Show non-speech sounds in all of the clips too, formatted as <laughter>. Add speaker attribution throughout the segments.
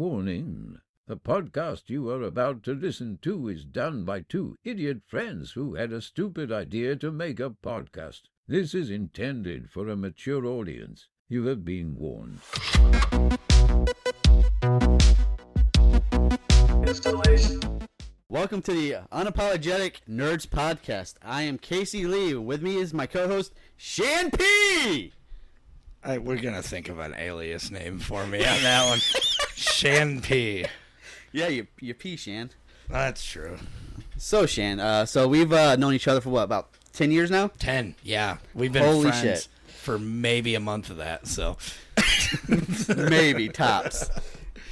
Speaker 1: Warning The podcast you are about to listen to is done by two idiot friends who had a stupid idea to make a podcast. This is intended for a mature audience. You have been warned.
Speaker 2: installation.
Speaker 3: Welcome to the Unapologetic Nerds Podcast. I am Casey Lee. With me is my co-host Shan P.
Speaker 4: I, we're gonna think of an alias name for me on that <laughs> one. Shan P.
Speaker 3: Yeah, you you P Shan.
Speaker 4: That's true.
Speaker 3: So Shan, uh, so we've uh, known each other for what about ten years <laughs> now?
Speaker 4: Ten. Yeah, we've been
Speaker 3: Holy
Speaker 4: friends
Speaker 3: shit.
Speaker 4: for maybe a month of that. <laughs> So
Speaker 3: Maybe tops,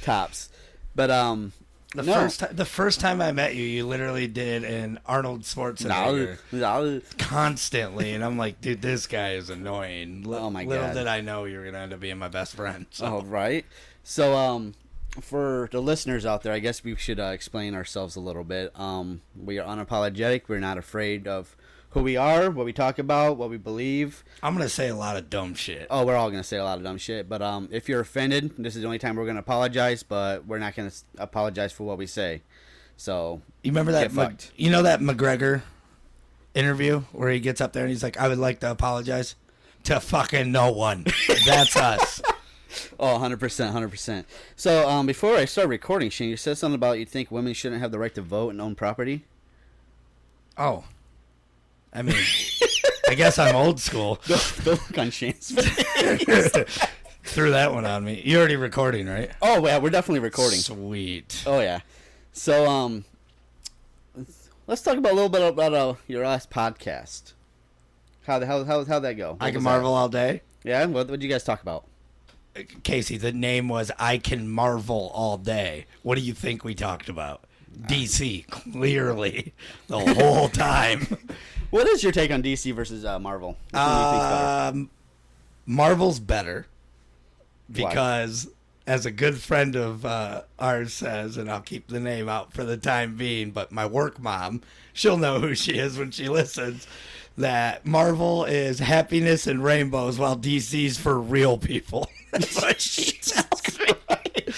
Speaker 3: tops. But um,
Speaker 4: the
Speaker 3: no.
Speaker 4: first ti- the first time I met you, you literally did an Arnold
Speaker 3: No,
Speaker 4: Schwarzenegger
Speaker 3: no.
Speaker 4: constantly, and I'm like, dude, this guy is annoying. Li-
Speaker 3: Oh my
Speaker 4: little
Speaker 3: God.
Speaker 4: did I know you were gonna end up being my best friend. So.
Speaker 3: All right. So, um, for the listeners out there, I guess we should uh, explain ourselves a little bit. Um, we are unapologetic. We're not afraid of who we are, what we talk about, what we believe.
Speaker 4: I'm gonna say a lot of dumb shit.
Speaker 3: Oh, we're all gonna say a lot of dumb shit. But um, if you're offended, this is the only time we're gonna apologize. But we're not gonna s- apologize for what we say. So,
Speaker 4: You remember that?
Speaker 3: Get
Speaker 4: Mc-
Speaker 3: fucked.
Speaker 4: you know that McGregor interview where he gets up there and he's like, "I would like to apologize to fucking
Speaker 3: <laughs>
Speaker 4: no one." That's us.
Speaker 3: oh, 100 percent, hundred percent. So, um, before I start recording, Shane, you said something about you think women shouldn't have the right to vote and own property.
Speaker 4: <laughs> Oh, I mean, I guess I'm old school.
Speaker 3: the look on Shane's face.
Speaker 4: Threw that one on me. You're already recording, right?
Speaker 3: Oh, yeah, we're definitely recording.
Speaker 4: Sweet.
Speaker 3: Oh yeah. So um, let's talk about a little bit about uh, your last podcast. How the how how how that go? What
Speaker 4: I can
Speaker 3: was that?
Speaker 4: marvel all day.
Speaker 3: Yeah. What what you guys talk about?
Speaker 4: Casey, the name was I Can Marvel All Day. What do you think we talked about? DC, clearly, the whole
Speaker 3: <laughs>
Speaker 4: time.
Speaker 3: What is your take on DC versus uh, Marvel? Which one do you think's better?
Speaker 4: Um, Marvel's better
Speaker 3: Why?
Speaker 4: because, as a good friend of uh, ours says, and I'll keep the name out for the time being, but my work mom, she'll know who she is when she listens. That Marvel is happiness and rainbows, while DC's for real people. <laughs> That's
Speaker 3: <laughs>
Speaker 4: what she tells me.
Speaker 3: Uh,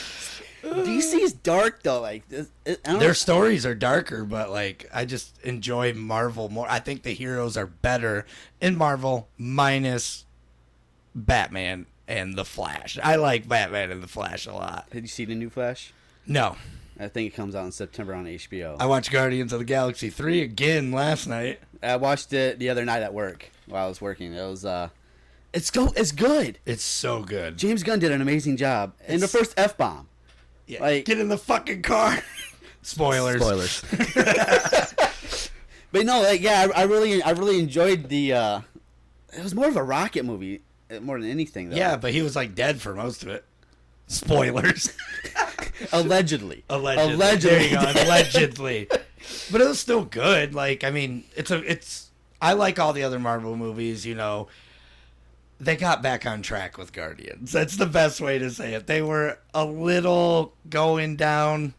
Speaker 3: DC's dark though. Like it, it, I don't
Speaker 4: Their stories are darker, but like I just enjoy Marvel more. I think the heroes are better in Marvel, minus Batman and the Flash. I like Batman and the Flash a lot.
Speaker 3: Did you see the new Flash?
Speaker 4: No,
Speaker 3: I think it comes out in September on HBO.
Speaker 4: I watched Guardians of the Galaxy three again last night.
Speaker 3: I, watched it the other night at work while I was working. It was uh, it's go it's good.
Speaker 4: It's so good.
Speaker 3: James Gunn did an amazing job. And the first f bomb.
Speaker 4: Yeah,
Speaker 3: like-
Speaker 4: get in the fucking car. <laughs> Spoilers. <laughs>
Speaker 3: Spoilers. but no, like yeah, I, I really, I really enjoyed the. uh It was more of a rocket movie, uh, more than anything. Though.
Speaker 4: Yeah, but he was like dead for most of it. Spoilers. <laughs>
Speaker 3: allegedly.
Speaker 4: Allegedly. There
Speaker 3: <laughs> Allegedly.
Speaker 4: you go.
Speaker 3: <laughs>
Speaker 4: Allegedly. but it was still good. Like, I mean, it's a it's I like all the other Marvel movies, you know. They got back on track with Guardians. That's the best way to say it. They were a little going down.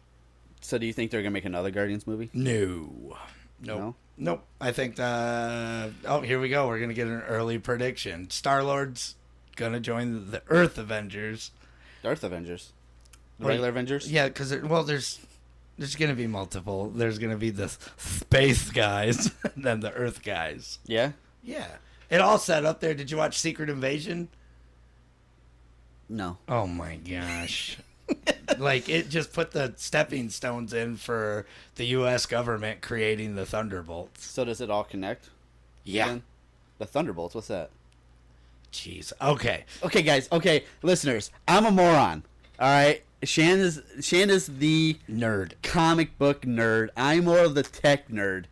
Speaker 3: so, do you think they're gonna make another Guardians movie?
Speaker 4: No. Nope.
Speaker 3: No?
Speaker 4: Nope. I think uh oh, here we go. We're gonna get an early prediction. Star Lord's gonna join the Earth Avengers.
Speaker 3: Darth Avengers. The
Speaker 4: Wait,
Speaker 3: regular Avengers.
Speaker 4: Oh, Yeah, because well, there's there's gonna be multiple. There's gonna be the space guys <laughs> and then the Earth guys.
Speaker 3: Yeah.
Speaker 4: Yeah, it all set up there. Did you watch Secret Invasion?
Speaker 3: No.
Speaker 4: Oh my gosh. <laughs> like it just put the stepping stones in for the U.S. government creating the Thunderbolts.
Speaker 3: So does it all connect?
Speaker 4: Yeah.
Speaker 3: then? The Thunderbolts. What's that?
Speaker 4: Jeez. Okay.
Speaker 3: Okay, guys. Okay, listeners. I'm a moron. All right. Shan is Shan is the
Speaker 4: Nerd.
Speaker 3: comic book nerd. I'm more of the tech nerd,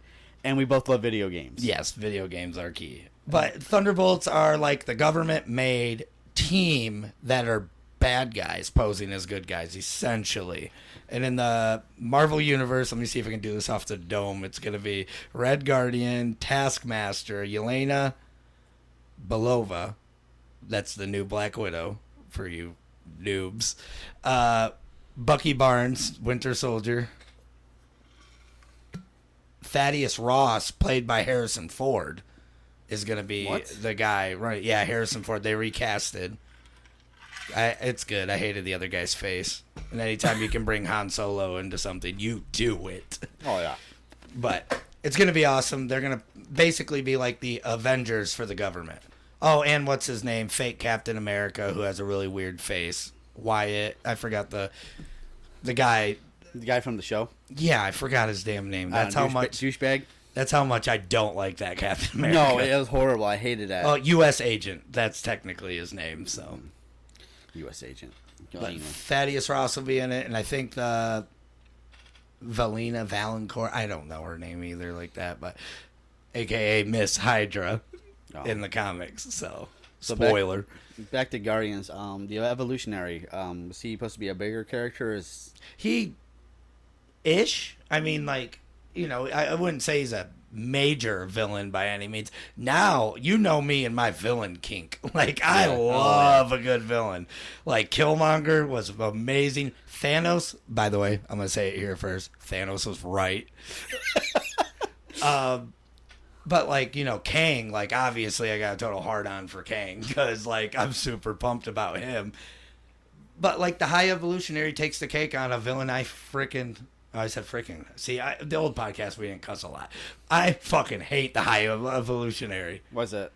Speaker 3: and we both love video games.
Speaker 4: Yes, video games are key. But Thunderbolts are like the government made team that are bad guys posing as good guys, essentially. And in the Marvel Universe, let me see if I can do this off the dome. It's going to be Red Guardian, Taskmaster, Yelena Belova. That's the new Black Widow for you noobs. Uh, Bucky Barnes, Winter Soldier. Thaddeus Ross, played by Harrison Ford, is going to be
Speaker 3: What?
Speaker 4: the guy. Right? Yeah, Harrison Ford. They recasted. I, it's good. I hated the other guy's face. And anytime you can
Speaker 3: <laughs>
Speaker 4: bring Han Solo into something, you do it.
Speaker 3: Oh yeah.
Speaker 4: But it's going to be awesome. They're going to basically be like the Avengers for the government. Oh, and what's his name? Fake Captain America, who has a really weird face. Wyatt. I forgot the the guy.
Speaker 3: The guy from the show.
Speaker 4: Yeah, I forgot his damn name.
Speaker 3: I
Speaker 4: That's how
Speaker 3: don't know, doucheba-
Speaker 4: much.
Speaker 3: Uh, douchebag.
Speaker 4: That's how much I don't like that Captain America.
Speaker 3: No, it was horrible. I hated that
Speaker 4: Oh, U.S. agent. That's technically his name. So,
Speaker 3: U.S. agent.
Speaker 4: but Thaddeus Ross will be in it, and I think the Valina Valancourt. I don't know her name either, like that, but AKA Miss Hydra
Speaker 3: Oh.
Speaker 4: in the comics. So,
Speaker 3: back-
Speaker 4: spoiler.
Speaker 3: Back to Guardians. Um, the evolutionary. Um, was he supposed to be a bigger character? or Is
Speaker 4: he ish. I mean, like you know, I, I wouldn't say he's a major villain by any means. Now you know me and my villain kink. <laughs> Like I
Speaker 3: Yeah. Oh,
Speaker 4: love a good villain. Like Killmonger was amazing. Thanos, by the way, I'm gonna say it here first. Thanos was right. <laughs> um. But like you know, Kang. Like obviously, I got a total hard on for Kang <laughs> because like I'm super pumped about him. But like the high evolutionary takes the cake on a villain. I freaking. I said freaking. See, I, the old podcast we didn't cuss a lot. I fucking hate the high ev- evolutionary
Speaker 3: was it?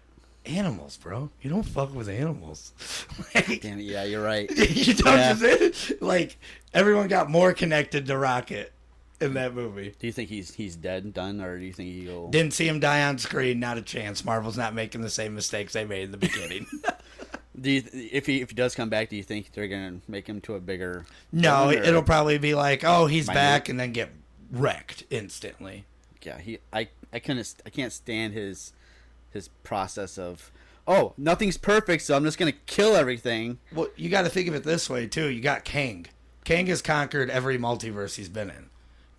Speaker 4: animals, bro. You don't fuck with animals. <laughs> Like,
Speaker 3: Damn it. Yeah, you're right.
Speaker 4: <laughs> you don't
Speaker 3: Yeah.
Speaker 4: just like everyone got more connected to Rocket in that movie.
Speaker 3: Do you think he's he's dead, done, or do you think he'll?
Speaker 4: Didn't see him die on screen. Not a chance. Marvel's not making the same mistakes they made in
Speaker 3: <laughs>
Speaker 4: the beginning.
Speaker 3: Do you, if he if he does come back, do you think they're gonna make him to a bigger?
Speaker 4: no,
Speaker 3: villain, or-
Speaker 4: it'll probably be like, oh, he's
Speaker 3: Minute.
Speaker 4: back, and then get wrecked instantly.
Speaker 3: Yeah, he. I I couldn't. st- I can't stand his his process of. Oh, nothing's perfect, so I'm just gonna kill everything.
Speaker 4: Well, you got to think of it this way too. You got Kang. Kang has conquered every multiverse he's been in.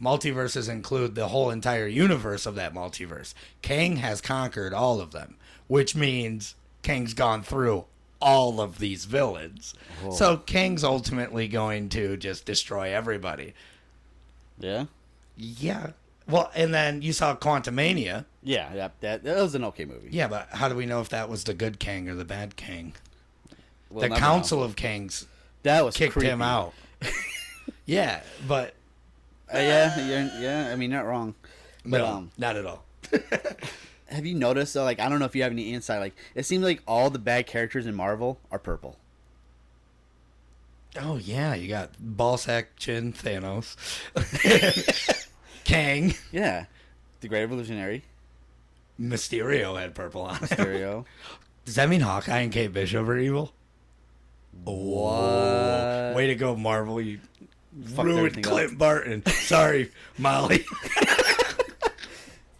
Speaker 4: Multiverses include the whole entire universe of that multiverse. Kang has conquered all of them, which means Kang's gone through all of these villains.
Speaker 3: Oh.
Speaker 4: So Kang's ultimately going to just destroy everybody.
Speaker 3: Yeah.
Speaker 4: Yeah. Well, and then you saw Quantumania.
Speaker 3: Yeah. That that, that was an okay movie.
Speaker 4: Yeah, but how do we know if that was the good Kang or the bad Kang?
Speaker 3: We'll
Speaker 4: the
Speaker 3: never know.
Speaker 4: Council of Kangs
Speaker 3: that was
Speaker 4: kicked him
Speaker 3: creepy.
Speaker 4: out. <laughs> yeah, but
Speaker 3: Uh, yeah, you're, yeah. I mean, not wrong. But
Speaker 4: no,
Speaker 3: um,
Speaker 4: not at all.
Speaker 3: have you noticed though? Like, I don't know if you have any insight. Like, it seems like all the bad characters in Marvel are purple.
Speaker 4: Oh yeah, you got Ballsack, Chin, <laughs> Thanos, Kang,
Speaker 3: Yeah, the Great Revolutionary,
Speaker 4: Mysterio had purple on.
Speaker 3: <laughs>
Speaker 4: him.
Speaker 3: Mysterio.
Speaker 4: Does that mean Hawkeye and Kate Bishop are evil? Whoa!
Speaker 3: What?
Speaker 4: Way to go, Marvel! You
Speaker 3: Fucked
Speaker 4: ruined
Speaker 3: everything up.
Speaker 4: Clint Barton. Sorry, Molly.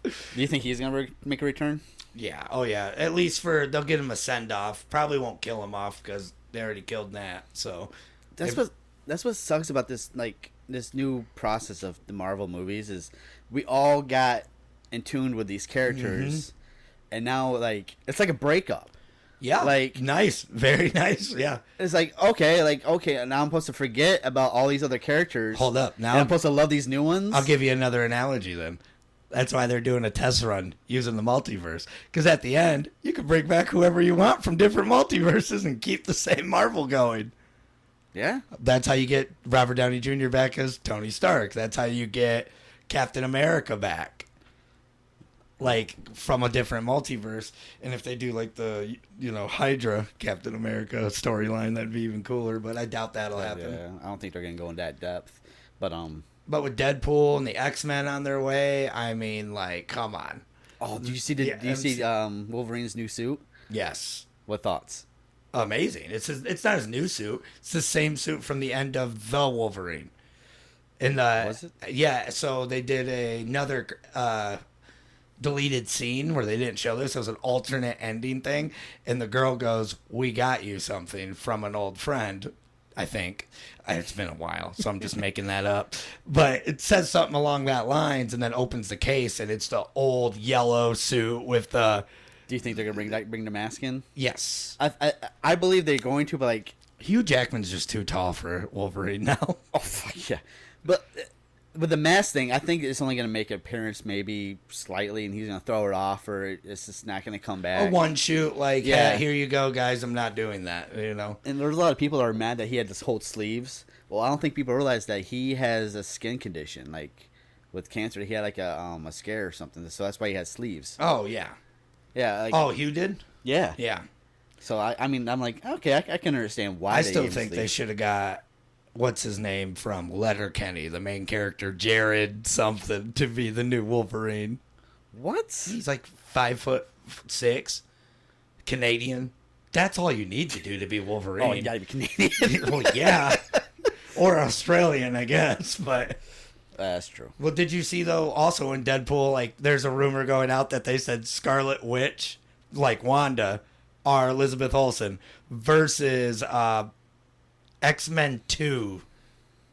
Speaker 3: Do you think he's gonna re- make a return?
Speaker 4: <laughs> yeah. Oh yeah. At least for they'll get him a send off. Probably won't kill him off because they already killed Nat. So
Speaker 3: That's
Speaker 4: If-
Speaker 3: what that's what sucks about this like this new process of the Marvel movies is we all got in tune with these characters,
Speaker 4: Mm-hmm.
Speaker 3: and now like it's like a breakup.
Speaker 4: yeah,
Speaker 3: Like-
Speaker 4: nice, very <laughs> nice. Yeah.
Speaker 3: It's like okay, like okay, now I'm supposed to forget about all these other characters.
Speaker 4: Hold up, now
Speaker 3: and I'm
Speaker 4: I'm-
Speaker 3: supposed to love these new ones.
Speaker 4: I'll give you another analogy then. That's why they're doing a test run using the multiverse. Because at the end, you can bring back whoever you want from different multiverses and keep the same Marvel going.
Speaker 3: yeah,
Speaker 4: That's how you get Robert Downey Jr. back as Tony Stark. That's how you get Captain America back. Like from a different multiverse. And if they do like the, you know, Hydra Captain America storyline, that'd be even cooler. But I doubt that'll happen.
Speaker 3: yeah. I don't think they're gonna go in that depth, but um.
Speaker 4: But with Deadpool and the X Men on their way, I mean, like, come on.
Speaker 3: Oh, do you see the
Speaker 4: Mm, Yeah,
Speaker 3: do you
Speaker 4: I'm
Speaker 3: see
Speaker 4: s-
Speaker 3: um Wolverine's new suit?
Speaker 4: Yes.
Speaker 3: What thoughts?
Speaker 4: Amazing. It's his, it's not his new suit. It's the same suit from the end of The Wolverine. And uh
Speaker 3: Was it?
Speaker 4: yeah, so they did another uh deleted scene where they didn't show this. It was an alternate ending thing and the girl goes, "We got you something from an old friend." I think Uh, it's been a while, so I'm just making that up. But it says something along that lines, and then opens the case, and it's the old yellow suit with the
Speaker 3: Do you think they're gonna bring that bring the mask in?
Speaker 4: yes.
Speaker 3: I I, I believe they're going to, but like
Speaker 4: Hugh Jackman's just too tall for Wolverine now. <laughs>
Speaker 3: Oh fuck yeah! But uh, with the mask thing, I think it's only going to make an appearance maybe slightly, and he's going to throw it off, or it's just not going to come
Speaker 4: A
Speaker 3: back.
Speaker 4: one shoot, like, yeah.
Speaker 3: Yeah.
Speaker 4: here you go, guys. I'm not doing that, you know?
Speaker 3: and there's a lot of people that are mad that he had to hold sleeves. Well, I don't think people realize that he has a skin condition, like with cancer. He had like a um a scare or something, so that's why he has sleeves.
Speaker 4: Oh, yeah.
Speaker 3: Yeah, like,
Speaker 4: Oh, Hugh did?
Speaker 3: yeah.
Speaker 4: Yeah.
Speaker 3: So I, I mean, I'm like, okay, I, I can understand why.
Speaker 4: I
Speaker 3: they
Speaker 4: still
Speaker 3: gave him
Speaker 4: think they
Speaker 3: sleeves.
Speaker 4: should have got what's his name from Letterkenny, the main character Jared something, to be the new Wolverine.
Speaker 3: What?
Speaker 4: He's like five foot f- six, Canadian. That's all you need to do to be Wolverine.
Speaker 3: Oh, you gotta be Canadian. <laughs>
Speaker 4: well, yeah, or Australian, I guess. But
Speaker 3: that's true.
Speaker 4: well, did you see though? Also in Deadpool, like there's a rumor going out that they said Scarlet Witch, like Wanda, are Elizabeth Olsen versus uh, X Men Two,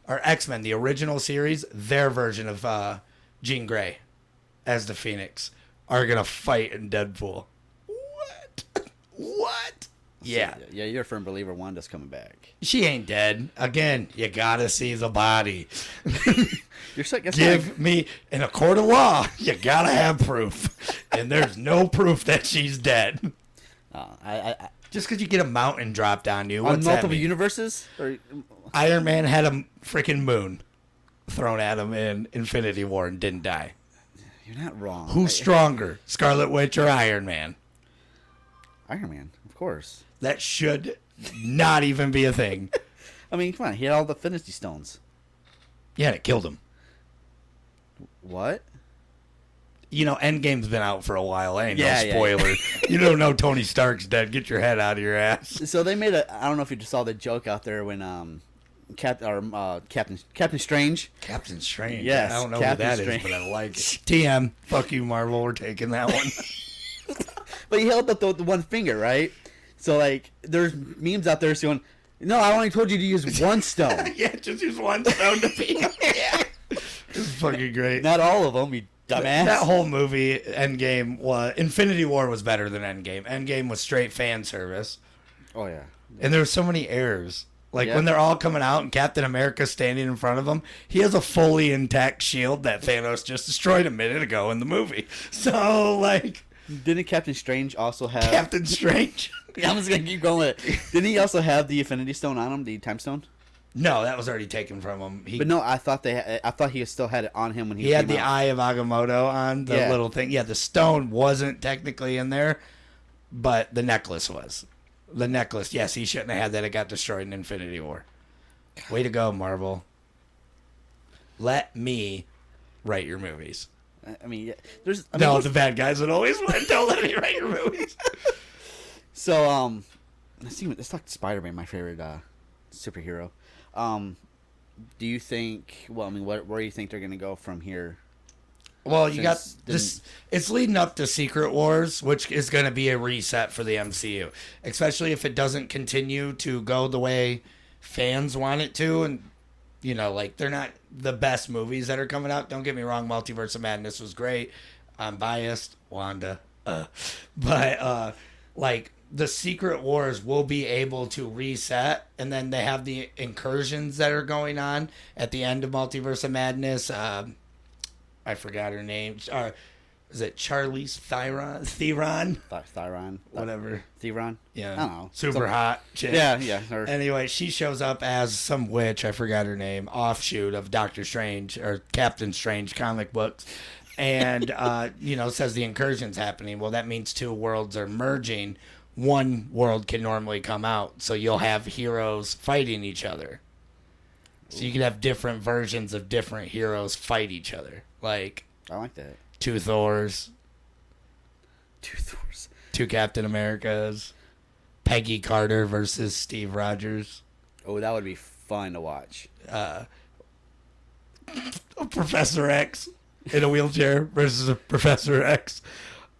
Speaker 4: or X Men the original series, their version of uh, Jean Grey as the Phoenix are gonna fight in Deadpool. What? <laughs> what? Yeah.
Speaker 3: Yeah, you're a firm believer Wanda's coming back.
Speaker 4: She ain't dead. Again, you gotta see the body.
Speaker 3: You're so, that's not-
Speaker 4: <laughs> Give me, in a court of law, <laughs> you gotta have proof. And there's no proof that she's dead.
Speaker 3: Uh, I, I, I,
Speaker 4: Just because you get a mountain dropped on you,
Speaker 3: on
Speaker 4: what's that
Speaker 3: multiple
Speaker 4: mean?
Speaker 3: universes? Or, mm,
Speaker 4: Iron Man had a freaking moon thrown at him in Infinity War and didn't die.
Speaker 3: you're not wrong.
Speaker 4: Who's
Speaker 3: I-
Speaker 4: stronger, Scarlet Witch or Iron Man?
Speaker 3: Iron Man, of course.
Speaker 4: That should not even be a <laughs> thing.
Speaker 3: I mean, come on, he had all the Infinity Stones.
Speaker 4: Yeah, and it killed him.
Speaker 3: What?
Speaker 4: you know, Endgame's been out for a while. Ain't
Speaker 3: Yeah,
Speaker 4: no
Speaker 3: yeah,
Speaker 4: spoiler. you don't know Tony Stark's dead. Get your head out of your ass.
Speaker 3: So they made a. I don't know if you just saw the joke out there when um, Cap or uh, Captain Captain Strange.
Speaker 4: Captain Strange.
Speaker 3: Yes,
Speaker 4: I don't know
Speaker 3: Captain
Speaker 4: who that is,
Speaker 3: Strange.
Speaker 4: but I like it. <laughs> TM. Fuck you, Marvel. We're taking that one.
Speaker 3: But he held up the, the one finger, right? So like, there's memes out there saying, "No, I only told you to use one <laughs> stone."
Speaker 4: <laughs> yeah, just use one stone to be. <laughs> yeah. It's fucking great.
Speaker 3: Not all of them, you dumbass.
Speaker 4: That whole movie, Endgame, was Infinity War was better than Endgame. Endgame was straight fan service.
Speaker 3: oh yeah.
Speaker 4: And there were so many errors. Like
Speaker 3: Yeah.
Speaker 4: when they're all coming out and Captain America's standing in front of him, he has a fully intact shield that Thanos just destroyed a minute ago in the movie. <laughs> So like
Speaker 3: Didn't Captain Strange also have?
Speaker 4: Captain Strange.
Speaker 3: I'm just gonna keep going. With it. Didn't he also have the Infinity Stone on him, the Time Stone?
Speaker 4: No, that was already taken from him. He
Speaker 3: But no, I thought they. Had, I thought he still had it on him when he.
Speaker 4: he had
Speaker 3: came
Speaker 4: the
Speaker 3: out.
Speaker 4: eye of Agamotto on the
Speaker 3: Yeah.
Speaker 4: little thing. Yeah, the stone wasn't technically in there, but the necklace was. The necklace, yes, he shouldn't have had that. It got destroyed in Infinity War. Way to go, Marvel. Let me write your movies.
Speaker 3: I mean, yeah, there's. I
Speaker 4: no,
Speaker 3: mean,
Speaker 4: the bad guys would always <laughs> win. Don't let me write your movies.
Speaker 3: So um, let's see. Let's talk Spider Man, my favorite uh, superhero. Um, do you think? Well, I mean, what, where do you think they're gonna go from here?
Speaker 4: Well, you got
Speaker 3: Since the-
Speaker 4: this. It's leading up to Secret Wars, which is going to be a reset for the MCU, especially if it doesn't continue to go the way fans want it to. And, you know, like they're not the best movies that are coming out. Don't get me wrong, Multiverse of Madness was great. I'm biased, Wanda. Uh. <laughs> But, uh, like, the Secret Wars will be able to reset. And then they have the incursions that are going on at the end of Multiverse of Madness. Um, I forgot her name. Or is it Charlize Theron? <laughs> Theron,
Speaker 3: Th- Thyron,
Speaker 4: whatever.
Speaker 3: Theron.
Speaker 4: Yeah,
Speaker 3: I don't know.
Speaker 4: Super
Speaker 3: Some-
Speaker 4: hot chick.
Speaker 3: Yeah, yeah. Or,
Speaker 4: Anyway, she shows up as some witch. I forgot her name. Offshoot of Doctor Strange or Captain Strange comic books,
Speaker 3: <laughs>
Speaker 4: and uh, you know says the incursion's happening. Well, that means two worlds are merging. One world can normally come out, so you'll have heroes fighting each other. So you can have different versions of different heroes fight each other, like
Speaker 3: I like that.
Speaker 4: two Thors,
Speaker 3: Two Thors.
Speaker 4: two Captain Americas, Peggy Carter versus Steve Rogers,
Speaker 3: Oh, that would be fun to watch.
Speaker 4: Professor X in a wheelchair versus a Professor X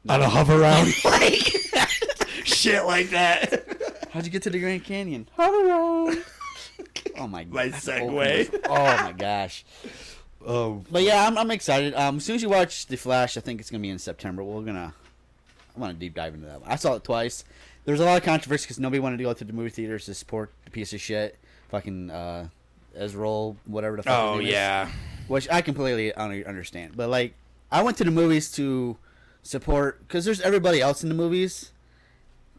Speaker 4: on a hover <laughs> round, like shit like that.
Speaker 3: How'd you get to the Grand
Speaker 4: <laughs>
Speaker 3: Canyon? Hello. oh my.
Speaker 4: My
Speaker 3: God.
Speaker 4: segue.
Speaker 3: Oh my gosh.
Speaker 4: Oh,
Speaker 3: But yeah, I'm, I'm excited. Um, as soon as you watch The Flash, I think it's gonna be in September. We're gonna, I want to deep dive into that. one. I saw it twice. There was a lot of controversy because nobody wanted to go to the movie theaters to support the piece of shit, fucking uh, Ezreal, whatever the fuck. his
Speaker 4: oh
Speaker 3: name is.
Speaker 4: yeah.
Speaker 3: which I completely un- understand. But like, I went to the movies to support because there's everybody else in the movies,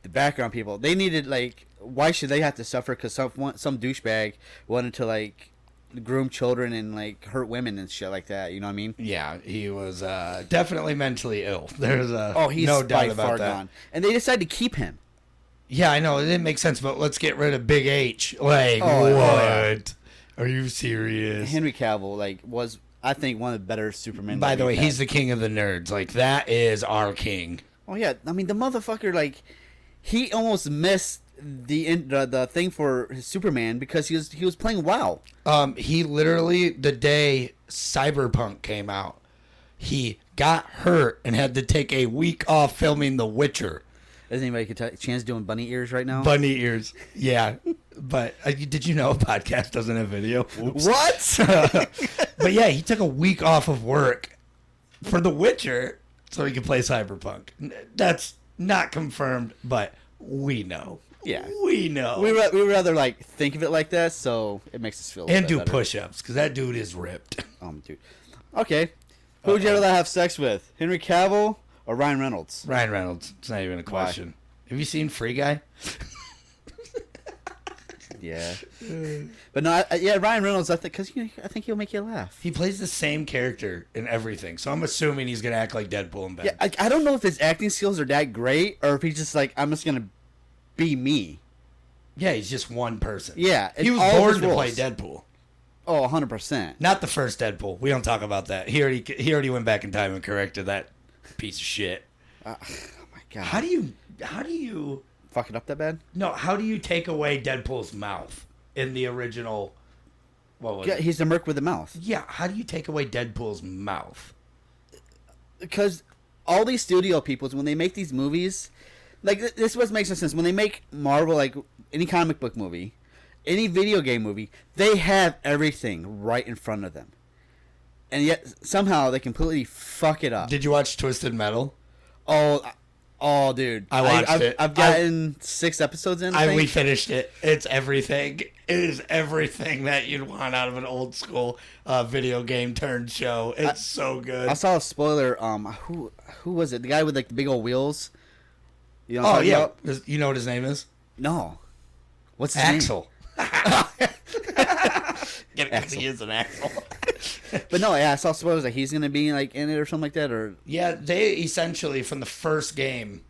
Speaker 3: the background people. They needed like, why should they have to suffer because some some douchebag wanted to like groom children and like hurt women and shit like that. You know what I mean?
Speaker 4: Yeah, he was uh, definitely mentally ill. There's a oh, he's no doubt about that. Gone.
Speaker 3: And they decided to keep him.
Speaker 4: Yeah, I know it didn't make sense, but let's get rid of Big H. Like oh, what? Yeah. Are you serious?
Speaker 3: Henry Cavill like was I think one of the better Superman.
Speaker 4: By the way, had. he's the king of the nerds. Like that is our king.
Speaker 3: Oh yeah, I mean the motherfucker like he almost missed the the, the thing for Superman because he was he was playing WoW.
Speaker 4: Um, he literally the day Cyberpunk came out, he got hurt and had to take a week off filming The Witcher.
Speaker 3: Does anybody get a chance doing bunny ears right now?
Speaker 4: Bunny ears, yeah. but uh, did you know a podcast doesn't have video?
Speaker 3: Oops. <laughs>
Speaker 4: <laughs>
Speaker 3: What?
Speaker 4: but yeah, he took a week off of work for The Witcher so he could play Cyberpunk. That's not confirmed, but we know.
Speaker 3: Yeah,
Speaker 4: we know.
Speaker 3: We ra- we rather like think of it like that, so it makes us feel
Speaker 4: and do better. push-ups because that dude is ripped. <laughs>
Speaker 3: Um, dude. Okay, who would you rather have sex with, Henry Cavill or Ryan Reynolds?
Speaker 4: Ryan Reynolds. It's not even a question. Why? Have you seen Free Guy? <laughs>
Speaker 3: yeah, but no, I, yeah, Ryan Reynolds. I think because you know, I think he'll make you laugh.
Speaker 4: He plays the same character in everything, so I'm assuming he's gonna act like Deadpool in bed.
Speaker 3: Yeah, I, I don't know if his acting skills are that great or if he's just like I'm just gonna be me.
Speaker 4: Yeah, he's just one person.
Speaker 3: Yeah,
Speaker 4: he was born to roles. play Deadpool.
Speaker 3: Oh, 100 percent.
Speaker 4: Not the first Deadpool. We don't talk about that. He already he already went back in time and corrected that piece of shit.
Speaker 3: Uh, oh my god.
Speaker 4: How do you how do you
Speaker 3: fuck it up that bad?
Speaker 4: No, how do you take away Deadpool's mouth in the original? What was
Speaker 3: yeah,
Speaker 4: it?
Speaker 3: he's the merc with the mouth.
Speaker 4: Yeah, how do you take away Deadpool's mouth?
Speaker 3: Because all these studio peoples when they make these movies, like this was makes no sense when they make Marvel like any comic book movie, any video game movie, they have everything right in front of them, and yet somehow they completely fuck it up.
Speaker 4: Did you watch Twisted Metal?
Speaker 3: Oh, oh, dude,
Speaker 4: I watched
Speaker 3: I, I've,
Speaker 4: it.
Speaker 3: I've gotten I, six episodes in. I,
Speaker 4: I we finished it. It's everything. It is everything that you'd want out of an old school uh, video game turned show. It's so good.
Speaker 3: I saw a spoiler. Um, who who was it? The guy with like the big old wheels.
Speaker 4: You know oh yeah, about? you know what his name is?
Speaker 3: No. What's his
Speaker 4: <laughs> Axel? Get it? Axel. He is an Axel.
Speaker 3: but no, yeah, I saw suppose that he's gonna be like in it or something like that, or
Speaker 4: yeah, they essentially from the first game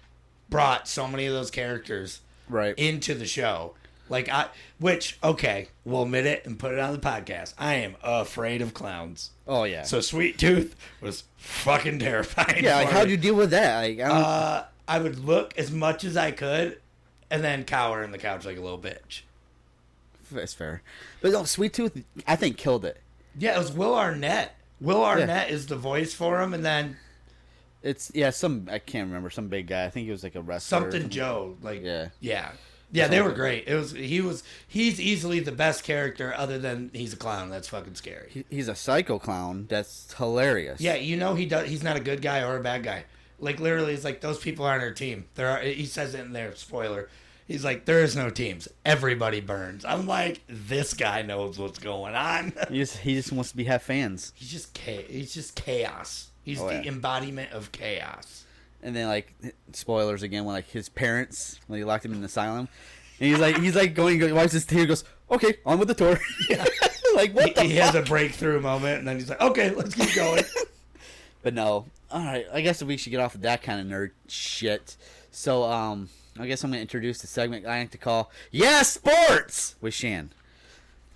Speaker 4: brought so many of those characters
Speaker 3: right
Speaker 4: into the show. Like I, which okay, we'll admit it and put it on the podcast. I am afraid of clowns.
Speaker 3: Oh yeah.
Speaker 4: So Sweet Tooth was fucking terrifying.
Speaker 3: Yeah, like how do you deal with that? Like, I
Speaker 4: don't... Uh, I would look as much as I could, and then cower on the couch like a little bitch.
Speaker 3: That's fair, but no, Sweet Tooth, I think killed it.
Speaker 4: Yeah, it was Will Arnett. Will Arnett yeah. is the voice for him, and then
Speaker 3: it's yeah, some I can't remember some big guy. I think he was like a wrestler.
Speaker 4: Something, something. Joe, like
Speaker 3: yeah,
Speaker 4: yeah, yeah. That's they were great. It was he was he's easily the best character, other than he's a clown. That's fucking scary.
Speaker 3: He, he's a psycho clown. That's hilarious.
Speaker 4: Yeah, you know he does. He's not a good guy or a bad guy like literally it's like those people aren't our team there are he says it in there spoiler he's like there is no teams everybody burns i'm like this guy knows what's going on <laughs>
Speaker 3: he just, he just wants to be have fans
Speaker 4: he's just chaos he's just chaos he's oh, the yeah. embodiment of chaos
Speaker 3: and then like spoilers again when like his parents when he locked him in the asylum and he's like he's like going he wipes his tear goes okay on with the tour <laughs> yeah. like what
Speaker 4: <laughs> he, he has a breakthrough moment and then he's like okay let's keep <laughs> going
Speaker 3: but no all right i guess we should get off of that kind of nerd shit so um i guess i'm gonna introduce the segment i like to call yeah sports with shan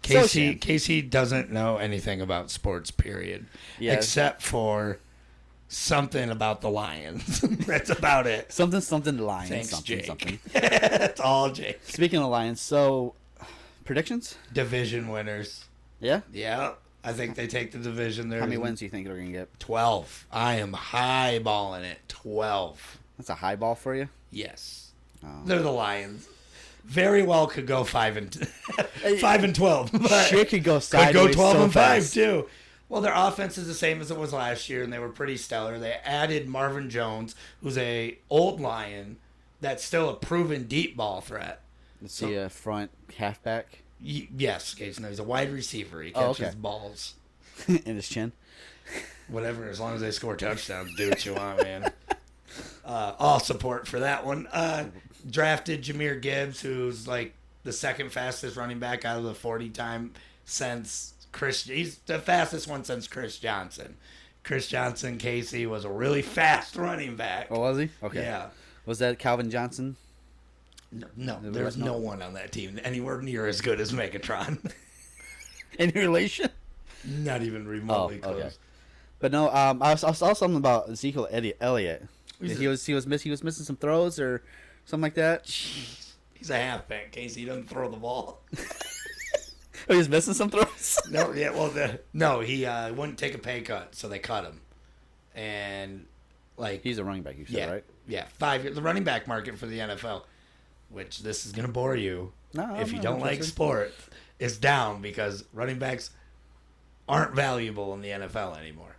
Speaker 4: casey so shan. casey doesn't know anything about sports period yeah. except for something about the lions <laughs> that's about it
Speaker 3: something something lions
Speaker 4: Thanks,
Speaker 3: something
Speaker 4: jake. <laughs> something that's all jake
Speaker 3: speaking of lions so predictions
Speaker 4: division winners
Speaker 3: yeah
Speaker 4: yeah I think they take the division there.
Speaker 3: How many wins do you think they're going to get?
Speaker 4: 12. I am highballing it. 12.
Speaker 3: That's a high ball for you?
Speaker 4: Yes. Oh. They're the Lions. Very well could go 5 and t- <laughs> 5 and 12. But
Speaker 3: Shit could go Could go 12 so
Speaker 4: and
Speaker 3: fast.
Speaker 4: 5 too. Well, their offense is the same as it was last year and they were pretty stellar. They added Marvin Jones, who's a old Lion that's still a proven deep ball threat.
Speaker 3: Is so, he a uh, front halfback? <laughs>
Speaker 4: Yes, Gates. No, he's a wide receiver. He catches oh, okay. balls.
Speaker 3: in his chin.
Speaker 4: Whatever, as long as they score touchdowns, do what you
Speaker 3: <laughs>
Speaker 4: want, man. Uh, all support for that one. Uh, drafted Jameer Gibbs, who's like the second fastest running back out of the 40 time since Chris. He's the fastest one since Chris Johnson. Chris Johnson Casey was a really fast running back.
Speaker 3: Oh, was he? Okay.
Speaker 4: Yeah.
Speaker 3: Was that Calvin Johnson? <laughs>
Speaker 4: No, no there's no one on that team anywhere near as good as Megatron. <laughs>
Speaker 3: Any relation?
Speaker 4: Not even remotely
Speaker 3: Oh, okay.
Speaker 4: close.
Speaker 3: But no, um, I, saw, I saw something about Ezekiel Elliott. Elliott.
Speaker 4: He's
Speaker 3: He
Speaker 4: a-
Speaker 3: was he was miss, he was missing some throws or something like that.
Speaker 4: Jeez. He's a halfback, Casey. He doesn't throw
Speaker 3: <laughs>
Speaker 4: the ball.
Speaker 3: Oh, <laughs> he was missing some throws.
Speaker 4: No, yeah, well, the, no, he uh, wouldn't take a pay cut, so they cut him. And,
Speaker 3: <laughs>
Speaker 4: like,
Speaker 3: He's a running back, you said,
Speaker 4: yeah,
Speaker 3: right?
Speaker 4: yeah, five years, the running back market for the NFL, which this is going to bore you
Speaker 3: No, I'm
Speaker 4: if you
Speaker 3: not
Speaker 4: don't like
Speaker 3: interested.
Speaker 4: sports, is down because running backs aren't valuable in the NFL anymore.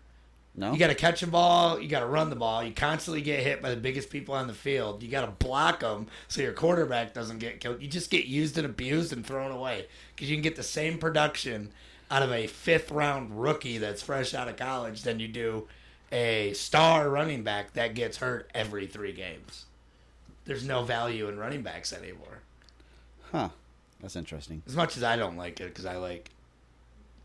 Speaker 3: No.
Speaker 4: You got to catch a ball. You got to run the ball. You constantly get hit by the biggest people on the field. You got to block them so your quarterback doesn't get killed. You just get used and abused and thrown away because you can get the same production out of a fifth round rookie that's fresh out of college than you do a star running back that gets hurt every three games. There's no value in running backs anymore.
Speaker 3: huh. That's interesting.
Speaker 4: As much as I don't like it because I like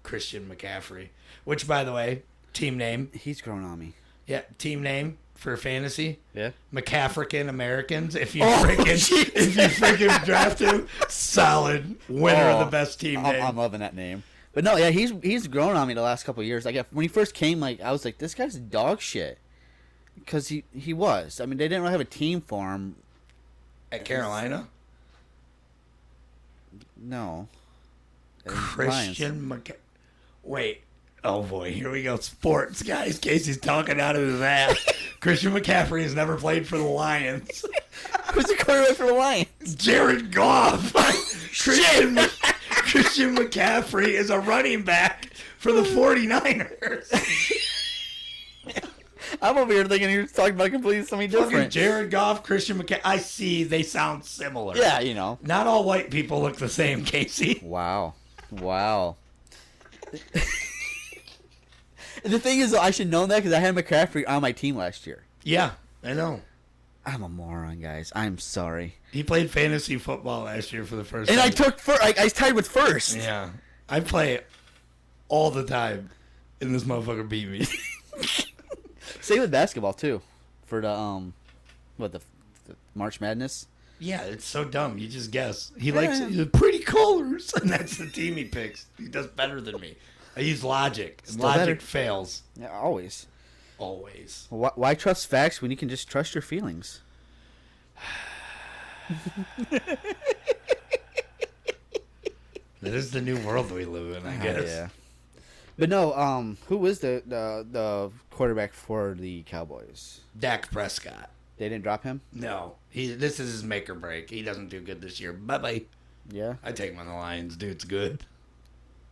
Speaker 4: Christian McCaffrey, which, by the way, team name.
Speaker 3: He's grown on me.
Speaker 4: Yeah, team name for fantasy.
Speaker 3: Yeah.
Speaker 4: McCaffrican Americans. If you <laughs> freaking if you freaking draft him, solid winner of
Speaker 3: Oh,
Speaker 4: the best team
Speaker 3: I'm,
Speaker 4: name.
Speaker 3: I'm loving that name. But no, yeah, he's he's grown on me the last couple of years. Like if- when he first came, like I was like, this guy's dog shit. Because he he was. I mean, they didn't really have a team for him.
Speaker 4: At Carolina,
Speaker 3: No. <laughs> And Lions.
Speaker 4: Christian McCa- Wait. Oh boy, here we go. Sports guys. Casey's talking out of his <laughs> ass. Christian McCaffrey has never played for the Lions.
Speaker 3: Who's the quarterback for the Lions?
Speaker 4: Jared <laughs> Goff. Christian, Mc- Christian McCaffrey is a running back for <laughs> the 49ers.
Speaker 3: I'm over here thinking you're talking about completely something
Speaker 4: Fucking
Speaker 3: different.
Speaker 4: Jared Goff, Christian McCaffrey. I see they sound similar.
Speaker 3: Yeah, you know.
Speaker 4: Not all white people look the same, <laughs> Casey.
Speaker 3: Wow. Wow. <laughs> the thing is, though, I should know that because I had McCaffrey on my team last year.
Speaker 4: Yeah, I know.
Speaker 3: I'm a moron, guys. I'm sorry.
Speaker 4: He played fantasy football last year for the first
Speaker 3: And I
Speaker 4: time.
Speaker 3: took first. I, I tied with first.
Speaker 4: yeah. I play all the time, and this motherfucker beat me. <laughs>
Speaker 3: Same with basketball too, for the um, what the, the March Madness.
Speaker 4: yeah, it's so dumb. You just guess. He likes
Speaker 3: Yeah.
Speaker 4: the pretty colors, <laughs> and that's the team he picks. He does better than me. I use logic. and
Speaker 3: Still
Speaker 4: logic
Speaker 3: better.
Speaker 4: fails
Speaker 3: Yeah, always.
Speaker 4: always.
Speaker 3: Why, why trust facts when you can just trust your feelings?
Speaker 4: That is the new world we live
Speaker 3: <laughs>
Speaker 4: in, I
Speaker 3: Ah,
Speaker 4: guess.
Speaker 3: yeah. But no, um, who is the, the the quarterback for the Cowboys?
Speaker 4: Dak Prescott.
Speaker 3: They didn't drop him.
Speaker 4: No, he. This is his make or break. He doesn't do good this year. Bye bye.
Speaker 3: Yeah.
Speaker 4: I take him on the Lions. Dude's good.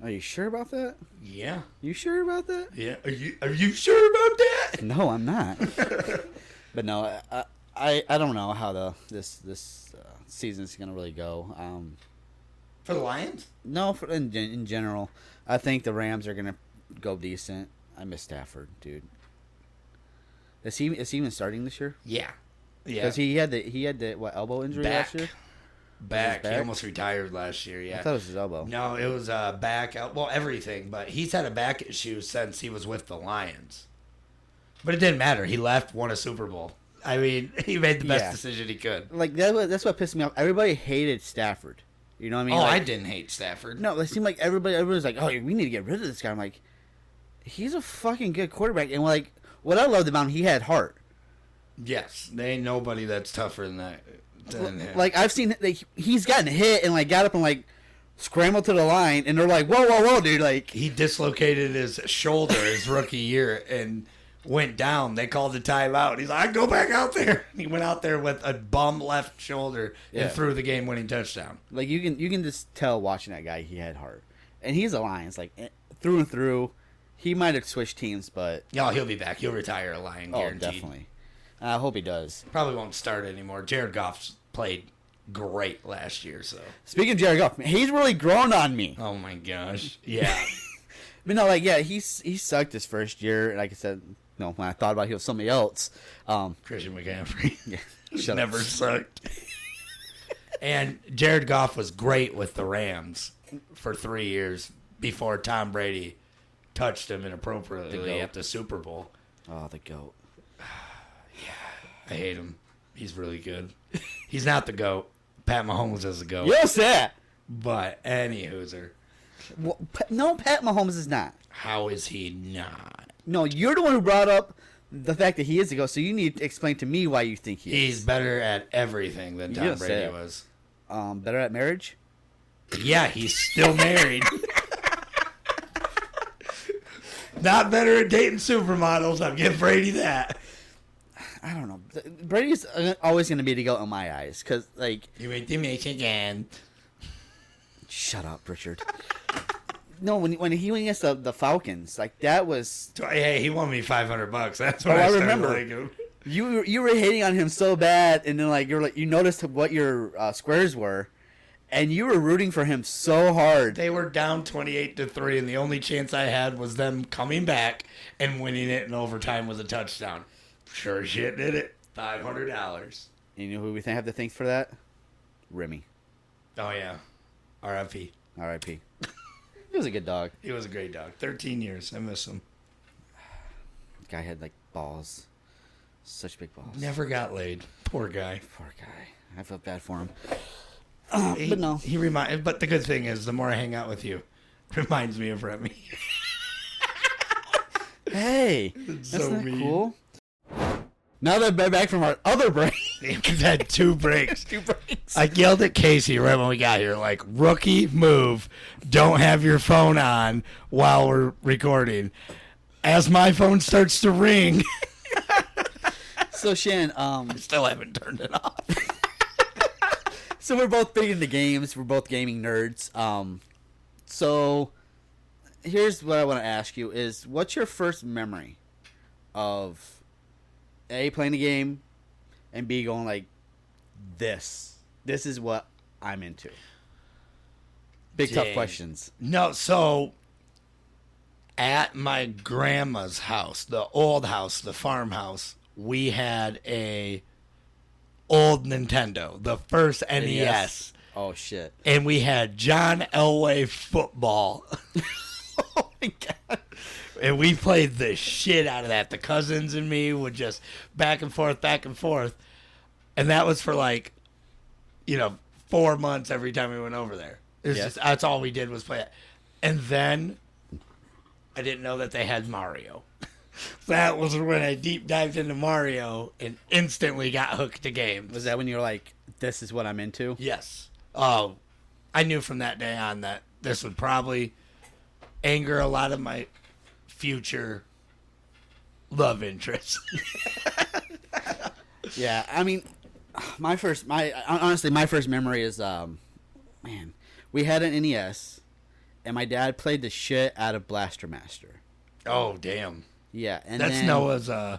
Speaker 3: Are you sure about that?
Speaker 4: Yeah.
Speaker 3: You sure about that?
Speaker 4: Yeah. Are you Are you sure about that?
Speaker 3: <laughs> No, I'm not. but no, I- I, I I don't know how the this this uh, season's gonna really go. Um,
Speaker 4: <laughs> For the Lions?
Speaker 3: no, for, in gen- in general, I think the Rams are gonna go decent. I miss Stafford, dude. Is he is he even starting this year?
Speaker 4: Yeah. Yeah.
Speaker 3: Because he had the he had the what elbow injury last
Speaker 4: back.
Speaker 3: year.
Speaker 4: Back. He
Speaker 3: back?
Speaker 4: almost retired last year. Yeah.
Speaker 3: I thought it was his elbow.
Speaker 4: no, it was uh, back. out- Well, everything, but he's had a back issue since he was with the Lions. But it didn't matter. He left, won a Super Bowl. I mean, <laughs> he made the best
Speaker 3: Yeah.
Speaker 4: decision he could.
Speaker 3: Like that, wa- that's what pissed me off. Everybody hated Stafford. You know what I mean?
Speaker 4: Oh, I
Speaker 3: Like,
Speaker 4: didn't hate Stafford.
Speaker 3: No, it seemed like everybody everybody's like, oh, we need to get rid of this guy. I'm like, he's a fucking good quarterback, and like what I loved about him, he had heart.
Speaker 4: Yes, there ain't nobody that's tougher than that. Than him.
Speaker 3: Like I've seen, like, he's gotten hit and like got up and like scrambled to the line, and they're like, whoa, whoa, whoa, dude, like
Speaker 4: he dislocated his shoulder his rookie year and went down. They called the timeout. He's like, I go back out there. <laughs> He went out there with a bum left shoulder
Speaker 3: Yeah.
Speaker 4: and threw the game winning touchdown.
Speaker 3: like you can you can just tell watching that guy he had heart, and he's a Lions like eh, through and through. He might have switched teams, but
Speaker 4: Y'all, he'll be back. He'll retire a Lion
Speaker 3: oh,
Speaker 4: guaranteed.
Speaker 3: definitely. I hope he does.
Speaker 4: Probably won't start anymore. Jared Goff's played great last year, so
Speaker 3: Speaking of Jared Goff, he's really grown on me.
Speaker 4: oh my gosh. Yeah.
Speaker 3: But no, like yeah, he's he sucked his first year. Like I said, no, when I thought about it, he was somebody else. Um,
Speaker 4: Christian McCaffrey
Speaker 3: <laughs> yeah, shut up.
Speaker 4: never sucked. <laughs> and Jared Goff was great with the Rams for three years before Tom Brady touched him
Speaker 3: The
Speaker 4: inappropriately
Speaker 3: goat.
Speaker 4: at the Super Bowl.
Speaker 3: Oh, the goat.
Speaker 4: I hate him. He's really good. He's not the goat. Pat Mahomes is the goat.
Speaker 3: Yes, that.
Speaker 4: But any hooser,
Speaker 3: Well, Pa- no, Pat Mahomes is not.
Speaker 4: how is he not?
Speaker 3: No, you're the one who brought up the fact that he is a goat. So you need to explain to me why you think he is.
Speaker 4: He's better at everything than Tom
Speaker 3: Yes,
Speaker 4: Brady
Speaker 3: yeah.
Speaker 4: was.
Speaker 3: um, better at marriage.
Speaker 4: Yeah, he's still married. Not better at dating supermodels. I'm giving Brady that.
Speaker 3: I don't know. Th- Brady's uh, always going to be the goat in my eyes because, like,
Speaker 4: You ain't the Michigan.
Speaker 3: shut up, Richard. <laughs> no, when when he went against the, the Falcons, like that was
Speaker 4: Hey, he won me 500 bucks. That's what
Speaker 3: Oh,
Speaker 4: I,
Speaker 3: I
Speaker 4: started
Speaker 3: remember.
Speaker 4: like him.
Speaker 3: you were- you were hating on him so bad, and then like you're like you noticed what your uh, squares were, and you were rooting for him so hard.
Speaker 4: They were down 28 to 3 and the only chance I had was them coming back and winning it in overtime with a touchdown. Sure as shit did it. $500.
Speaker 3: You know who we th- have to thank for that? Remy,
Speaker 4: Oh yeah. RFP.
Speaker 3: R.I.P. <laughs> he was a good dog.
Speaker 4: He was a great dog. 13 years. I miss him.
Speaker 3: Guy had like balls, such big balls.
Speaker 4: Never got laid. Poor guy.
Speaker 3: Poor guy. I felt bad for him.
Speaker 4: He,
Speaker 3: But no.
Speaker 4: He remind. But the good thing is, the more I hang out with you, <laughs> reminds me of Remy. <laughs> <laughs>
Speaker 3: Hey, that's
Speaker 4: so
Speaker 3: not
Speaker 4: mean.
Speaker 3: cool. Now that we're back from our other break,
Speaker 4: We've had <laughs> two breaks.
Speaker 3: two breaks.
Speaker 4: I yelled at Casey right when we got here, like rookie move. Don't have your phone on while we're recording. As my phone starts to ring,
Speaker 3: <laughs>
Speaker 4: <laughs>
Speaker 3: so Shan, um,
Speaker 4: still haven't turned it off.
Speaker 3: <laughs> so we're both big into games. We're both gaming nerds. Um, so here's what I want to ask you: Is what's your first memory of a playing the game and b going like this? This is what I'm into. Big tough
Speaker 4: Dang.
Speaker 3: questions.
Speaker 4: No, so at my grandma's house, the old house, the farmhouse, we had a old Nintendo, the first E NES,
Speaker 3: Oh shit.
Speaker 4: and we had John Elway football. <laughs>
Speaker 3: Oh my god.
Speaker 4: And we played the shit out of that. The cousins and me would just back and forth, back and forth. And that was for like, you know, four months every time we went over there. It was
Speaker 3: Yeah.
Speaker 4: just, that's all we did was play it. And then I didn't know that they had Mario. <laughs> that was when I deep dived into Mario and instantly got hooked to games.
Speaker 3: Was that when you were like, "This is what I'm into"?
Speaker 4: Yes. Oh, I knew from that day on that this would probably anger a lot of my future love interests. <laughs>
Speaker 3: Yeah, I mean, my first, my honestly, my first memory is, um, man, we had an NES, and my dad played the shit out of Blaster Master.
Speaker 4: oh, damn.
Speaker 3: Yeah, and
Speaker 4: That's
Speaker 3: then,
Speaker 4: Noah's uh,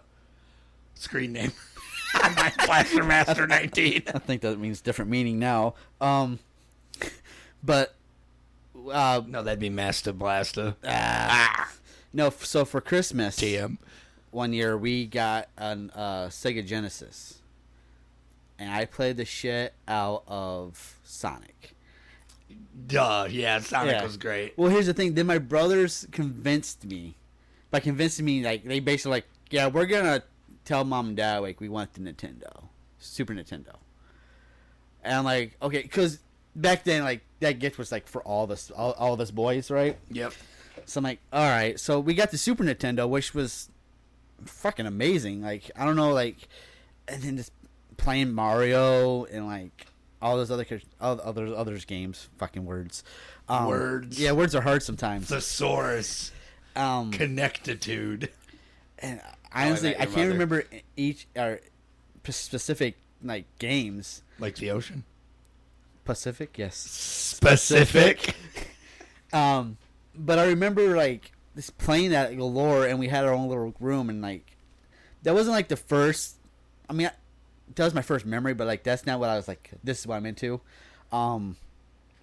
Speaker 4: screen name. <laughs> My Blaster Master 19.
Speaker 3: I think that means different meaning now. Um, <laughs> but uh,
Speaker 4: No, that'd be Master Blaster.
Speaker 3: no, f- so for Christmas
Speaker 4: TM.
Speaker 3: one year we got an uh, Sega Genesis, and I played the shit out of Sonic.
Speaker 4: Duh. Yeah, Sonic was great.
Speaker 3: Well, here's the thing. Then my brothers convinced me. By convincing me, like they basically like, yeah, we're gonna tell mom and dad like we want the Nintendo, Super Nintendo. And I'm like, okay, because back then like that gift was like for all of us, all, all of us boys, right?
Speaker 4: Yep.
Speaker 3: So I'm like, all right. So we got the Super Nintendo, which was fucking amazing. Like I don't know, like, and then just playing Mario and like all those other all other others games. Fucking words. Um,
Speaker 4: Words.
Speaker 3: Yeah, words are hard
Speaker 4: <laughs>
Speaker 3: sometimes.
Speaker 4: Thesaurus.
Speaker 3: Um,
Speaker 4: Connectitude.
Speaker 3: and honestly,
Speaker 4: Met Your
Speaker 3: I can't
Speaker 4: Mother.
Speaker 3: remember e-, each or p- specific like games.
Speaker 4: Like the ocean.
Speaker 3: Pacific, yes.
Speaker 4: Specific.
Speaker 3: Um, but I remember like just playing that galore, and we had our own little room, and like that wasn't like the first. I mean, I, that was my first memory, but like that's not what I was like. This is what I'm into. Um,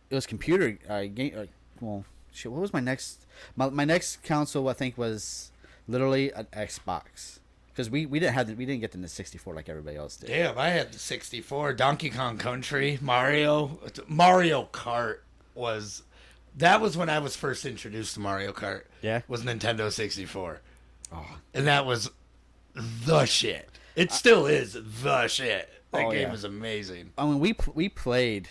Speaker 3: it was computer uh, game. Like, well, shit, what was my next my, my next console I think was literally an Xbox because we, we didn't have the, we didn't get the 64 like everybody else did.
Speaker 4: Damn, I had the 64, Donkey Kong Country, Mario, Mario Kart was that was when I was first introduced to Mario Kart.
Speaker 3: Yeah. Oh.
Speaker 4: was Nintendo 64, and that was the shit. It still is the shit. That
Speaker 3: Oh,
Speaker 4: game
Speaker 3: yeah.
Speaker 4: is amazing.
Speaker 3: I mean we pl- we played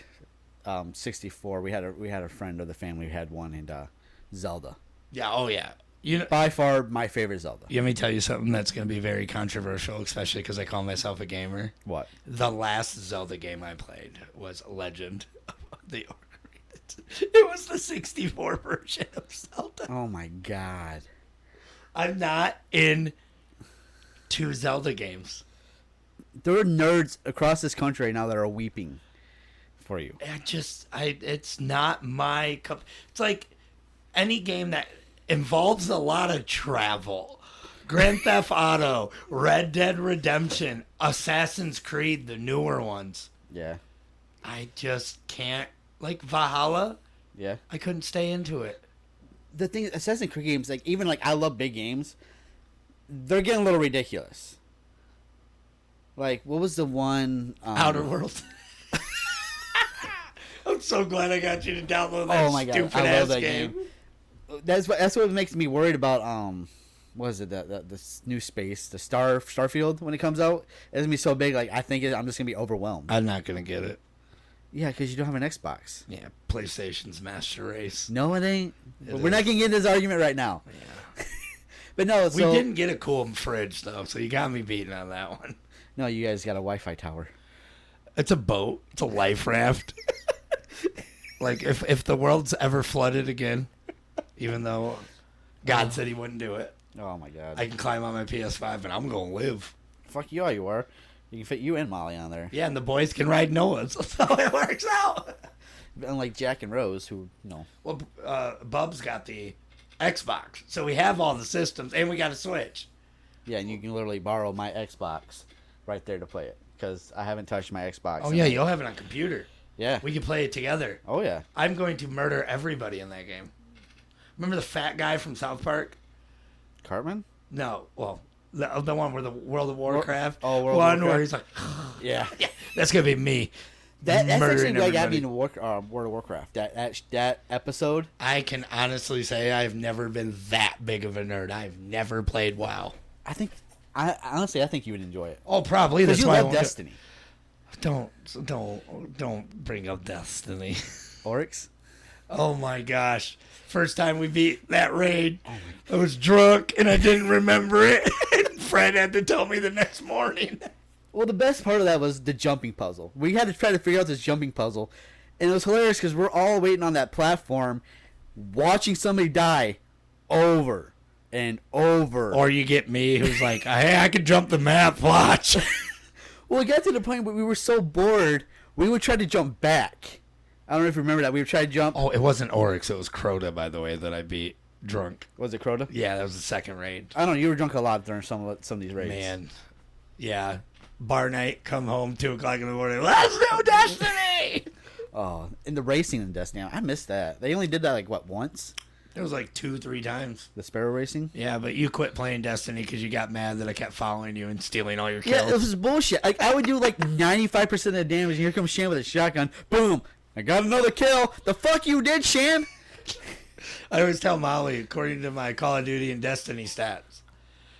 Speaker 3: um, 64. We had a we had a friend of the family who had one and uh, Zelda.
Speaker 4: Yeah. Oh yeah. You know,
Speaker 3: By far my favorite Zelda.
Speaker 4: let me tell you something that's going to be very controversial, especially because I call myself a gamer.
Speaker 3: What?
Speaker 4: The last Zelda game I played was Legend of the Order. It was the 64 version of Zelda.
Speaker 3: Oh my god.
Speaker 4: I'm not in two Zelda games.
Speaker 3: There are nerds across this country right now that are weeping for you.
Speaker 4: I just, I, it's not my cup. It's like any game that involves a lot of travel. Grand Theft Auto, Red Dead Redemption, Assassin's Creed, the newer ones.
Speaker 3: Yeah.
Speaker 4: I just can't. Like Valhalla,
Speaker 3: Yeah.
Speaker 4: I couldn't stay into it.
Speaker 3: the thing Assassin's Creed games, like even like I love big games, they're getting a little ridiculous. Like what was the one? Um,
Speaker 4: Outer World. <laughs> I'm so glad I got you to download that
Speaker 3: Oh my god,
Speaker 4: stupid
Speaker 3: I
Speaker 4: ass
Speaker 3: love that
Speaker 4: game.
Speaker 3: game. That's what that's what makes me worried about. Um, what is it that the, this new space, the Star Starfield when it comes out? It's gonna be so big. Like I think it, I'm just gonna be overwhelmed.
Speaker 4: I'm not gonna get it.
Speaker 3: yeah, because you don't have an Xbox.
Speaker 4: Yeah, PlayStation's master race.
Speaker 3: No, it ain't.
Speaker 4: It
Speaker 3: But we're not
Speaker 4: is.
Speaker 3: gonna get into this argument right now. <laughs> but no,
Speaker 4: We
Speaker 3: so
Speaker 4: didn't get a cool fridge though, so you got me beaten on that one.
Speaker 3: no, you guys got a Wi-Fi tower.
Speaker 4: It's a boat. It's a life <laughs> raft. like if if the world's ever flooded again, even though God said He wouldn't do it,
Speaker 3: Oh my god!
Speaker 4: I can climb on my PS5 and I'm gonna live.
Speaker 3: Fuck you, all you are. You can fit you and Molly on there.
Speaker 4: Yeah, and the boys can ride Noah's. <laughs> That's how it works out.
Speaker 3: unlike Jack and Rose, who no.
Speaker 4: Well, uh, Bub's got the Xbox, so we have all the systems, and we got a Switch.
Speaker 3: Yeah, and you can literally borrow my Xbox right there to play it because I haven't touched my Xbox.
Speaker 4: Oh yeah, you'll have it on computer.
Speaker 3: yeah.
Speaker 4: We can play it together.
Speaker 3: oh yeah.
Speaker 4: I'm going to murder everybody in that game. Remember the fat guy from South Park?
Speaker 3: Cartman.
Speaker 4: No, well, the, uh, the one where the World of Warcraft.
Speaker 3: oh, World of
Speaker 4: one
Speaker 3: Warcraft.
Speaker 4: where he's like, <sighs>
Speaker 3: Yeah.
Speaker 4: yeah, that's gonna be me.
Speaker 3: That, that's
Speaker 4: Murdering
Speaker 3: actually what got me
Speaker 4: everybody.
Speaker 3: into War, uh, World of Warcraft. That, that that episode.
Speaker 4: I can honestly say I've never been that big of a nerd. I've never played WoW.
Speaker 3: I think. I honestly, I think you would enjoy it
Speaker 4: Oh, probably
Speaker 3: because
Speaker 4: that's
Speaker 3: you
Speaker 4: why I
Speaker 3: love
Speaker 4: won't do-
Speaker 3: Destiny.
Speaker 4: Don't don't don't bring up Destiny. <laughs>
Speaker 3: Oryx.
Speaker 4: Oh my gosh. First time we beat that raid, I was drunk and I didn't remember it. <laughs> And Fred had to tell me the next morning.
Speaker 3: Well, the best part of that was the jumping puzzle. We had to try to figure out this jumping puzzle, and it was hilarious because we're all waiting on that platform, watching somebody die, over and over.
Speaker 4: Or you get me who's like, hey, I can jump the map, <laughs> watch.
Speaker 3: Well, it got to the point where we were so bored, we would try to jump back. I don't know if you remember that. We would try to jump.
Speaker 4: Oh, it wasn't Oryx, it was Crota, by the way, that I beat drunk.
Speaker 3: Was it Crota?
Speaker 4: Yeah, that was the second raid.
Speaker 3: I don't know. You were drunk a lot during some of, some of these raids.
Speaker 4: Man. Yeah. Bar night, come home, 2 o'clock in the morning. Let's do <laughs> Destiny!
Speaker 3: Oh, in the racing in Destiny, I missed that. They only did that like what once?
Speaker 4: It was like two, three times.
Speaker 3: The sparrow racing.
Speaker 4: Yeah, but you quit playing Destiny because you got mad that I kept following you and stealing all your kills.
Speaker 3: Yeah, it was bullshit. Like I would do like ninety five percent of the damage, and here comes Shan with a shotgun. Boom! I got another kill. The fuck you did, Shan?
Speaker 4: I always tell Molly, according to my Call of Duty and Destiny stats,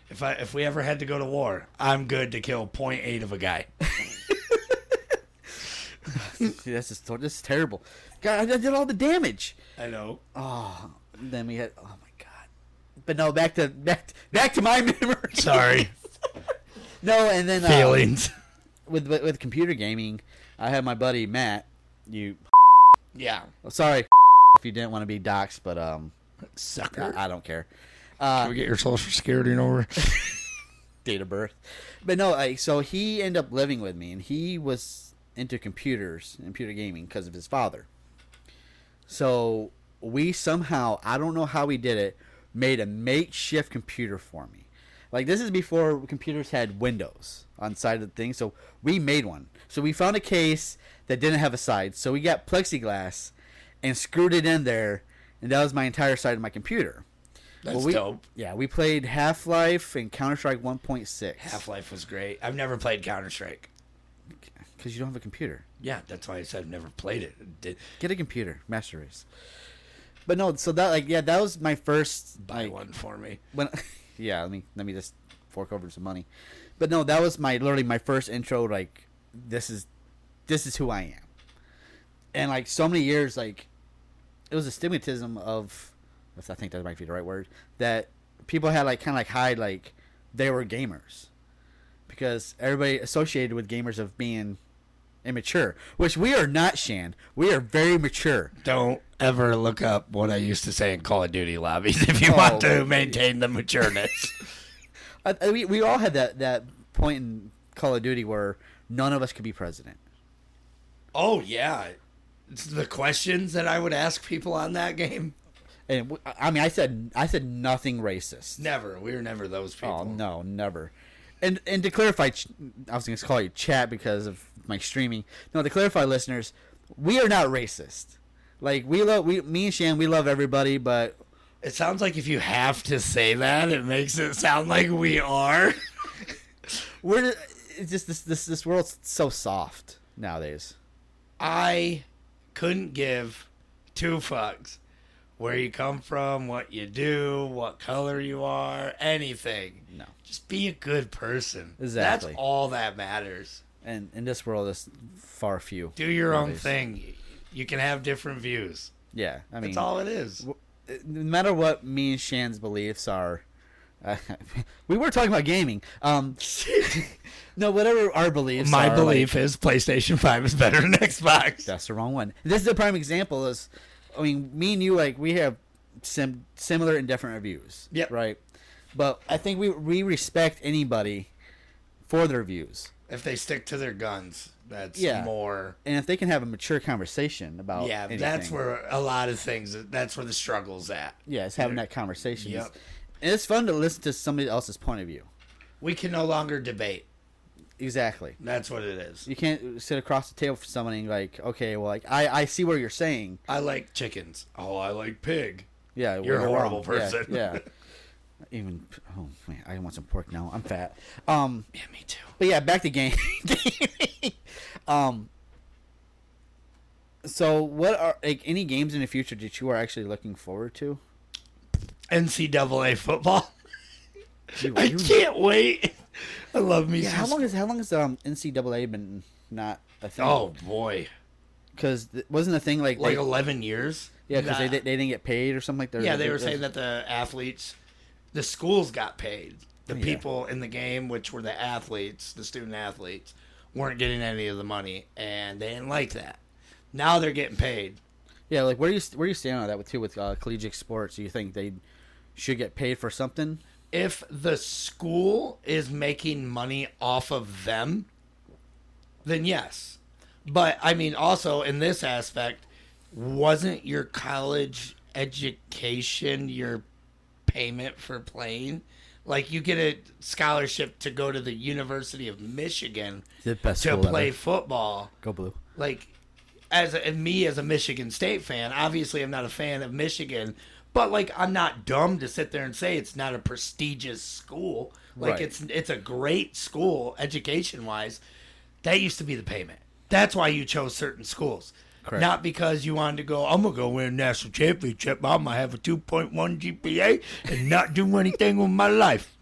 Speaker 4: if I if we ever had to go to war, I'm good to kill 0.8 of a guy.
Speaker 3: Dude, that's just this is terrible. God, I I did all the damage.
Speaker 4: I know.
Speaker 3: Oh, then we had. Oh my god. But no, back to back to, back to my <laughs> memory.
Speaker 4: Sorry,
Speaker 3: <laughs> No, and then uh,
Speaker 4: feelings.
Speaker 3: with, with with computer gaming, I had my buddy Matt. You
Speaker 4: Yeah,
Speaker 3: oh, sorry <laughs> if you didn't want to be doxxed, but um,
Speaker 4: sucker.
Speaker 3: I, I don't care. Uh,
Speaker 4: we get your social security number.
Speaker 3: date of birth, but no, like so he ended up living with me, and he was into computers, computer gaming, because of his father. So we somehow, I don't know how we did it, made a makeshift computer for me. Like this is before computers had windows on side of the thing, so we made one. So we found a case that didn't have a side, so we got plexiglass and screwed it in there and that was my entire side of my computer.
Speaker 4: That's
Speaker 3: we,
Speaker 4: dope.
Speaker 3: Yeah, we played Half Life and Counter Strike 1.6.
Speaker 4: Half Life was great. I've never played Counter Strike.
Speaker 3: Because you don't have a computer.
Speaker 4: Yeah, that's why I said I've never played it. Did,
Speaker 3: Get a computer, Master Race. But no, so that like yeah, that was my first
Speaker 4: buy
Speaker 3: like,
Speaker 4: one for me.
Speaker 3: when <laughs> yeah let me let me just fork over some money but no that was my literally my first intro like this is this is who i am and like so many years like it was a stigmatism of if i think that might be the right word that people had like kind of like hide like they were gamers because everybody associated with gamers of being immature which we are not shan we are very mature
Speaker 4: Don't ever look up what I used to say in Call of Duty lobbies <laughs> if you want
Speaker 3: Oh.
Speaker 4: to maintain
Speaker 3: <laughs>
Speaker 4: the matureness.
Speaker 3: I, I- we, we all had that, that point in Call of Duty where none of us could be president.
Speaker 4: oh yeah, it's the questions that I would ask people on that game.
Speaker 3: And w- I I mean, I said I said nothing racist.
Speaker 4: Never. We were never those people.
Speaker 3: Oh no, never. And and to clarify, ch- I was going to call you chat because of my streaming. No, to clarify, listeners, we are not racist. Like we love we me and Shan, we love everybody, but
Speaker 4: It sounds like if you have to say that, it makes it sound like we are. <laughs>
Speaker 3: we're it's just this this this world's so soft nowadays.
Speaker 4: I couldn't give two fucks where you come from, what you do, what color you are, anything.
Speaker 3: No.
Speaker 4: Just be a good person.
Speaker 3: Exactly.
Speaker 4: That's all that matters.
Speaker 3: And in this world, is far few.
Speaker 4: Do your own
Speaker 3: nowadays.
Speaker 4: thing. You can have different views.
Speaker 3: Yeah, I mean,
Speaker 4: That's all it is.
Speaker 3: no matter what me and Shan's beliefs are, uh, <laughs> we were talking about gaming. Um, <laughs> no, whatever our beliefs.
Speaker 4: My
Speaker 3: are,
Speaker 4: belief
Speaker 3: like-
Speaker 4: is PlayStation 5 is better than <laughs> Xbox.
Speaker 3: that's the wrong one. This is the prime example. Is I mean, me and you like we have sim- similar and different views.
Speaker 4: Yep.
Speaker 3: Right. But I think we we respect anybody for their views,
Speaker 4: If they stick to their guns, that's
Speaker 3: Yeah.
Speaker 4: more.
Speaker 3: and if they can have a mature conversation about
Speaker 4: Yeah, that's
Speaker 3: anything.
Speaker 4: where a lot of things, that's where the struggle's at.
Speaker 3: yeah it's having that conversation.
Speaker 4: Yep.
Speaker 3: And it's fun to listen to somebody else's point of view.
Speaker 4: We can no longer debate.
Speaker 3: Exactly.
Speaker 4: That's what it is.
Speaker 3: You can't sit across the table from someone and like, okay, well, like I, I see what you're saying.
Speaker 4: I like chickens. Oh, I like pig.
Speaker 3: Yeah,
Speaker 4: You're a
Speaker 3: we're
Speaker 4: horrible
Speaker 3: wrong. Yeah,
Speaker 4: person. <laughs>
Speaker 3: Yeah. Even oh man, I want some pork now. I'm fat. Um,
Speaker 4: Yeah, me too.
Speaker 3: but yeah, back to game. <laughs> um. So, what are like any games in the future that you are actually looking forward to?
Speaker 4: NCAA football.
Speaker 3: You-
Speaker 4: I
Speaker 3: you-
Speaker 4: can't wait. <laughs> I love me.
Speaker 3: yeah, how
Speaker 4: some-
Speaker 3: long has how long has um NCAA been not a thing?
Speaker 4: Oh boy,
Speaker 3: because wasn't a thing like,
Speaker 4: like
Speaker 3: they,
Speaker 4: eleven years.
Speaker 3: yeah, because they,
Speaker 4: Nah.
Speaker 3: they didn't get paid or something like that. or
Speaker 4: yeah, they
Speaker 3: it
Speaker 4: were
Speaker 3: was-
Speaker 4: saying that the athletes, the schools got paid. The
Speaker 3: Yeah.
Speaker 4: people in the game, which were the athletes, the student athletes, weren't getting any of the money, and they didn't like that. Now they're getting paid.
Speaker 3: Yeah, like where do you where do you stand on that with too with uh, collegiate sports? Do you think they should get paid for something?
Speaker 4: if the school is making money off of them, then yes. But I mean, also in this aspect, wasn't your college education your payment for playing? Like you get a scholarship to go to the University of Michigan
Speaker 3: The best
Speaker 4: to
Speaker 3: school
Speaker 4: play
Speaker 3: ever.
Speaker 4: football
Speaker 3: Go blue.
Speaker 4: like as a, and me as a Michigan State fan, obviously I'm not a fan of Michigan, but like I'm not dumb to sit there and say it's not a prestigious school. Like
Speaker 3: Right.
Speaker 4: it's it's a great school education wise. That used to be the payment. That's why you chose certain schools.
Speaker 3: Correct.
Speaker 4: Not because you wanted to go, I'm gonna go win a national championship, I'm gonna have a two point one GPA and not do anything with my life.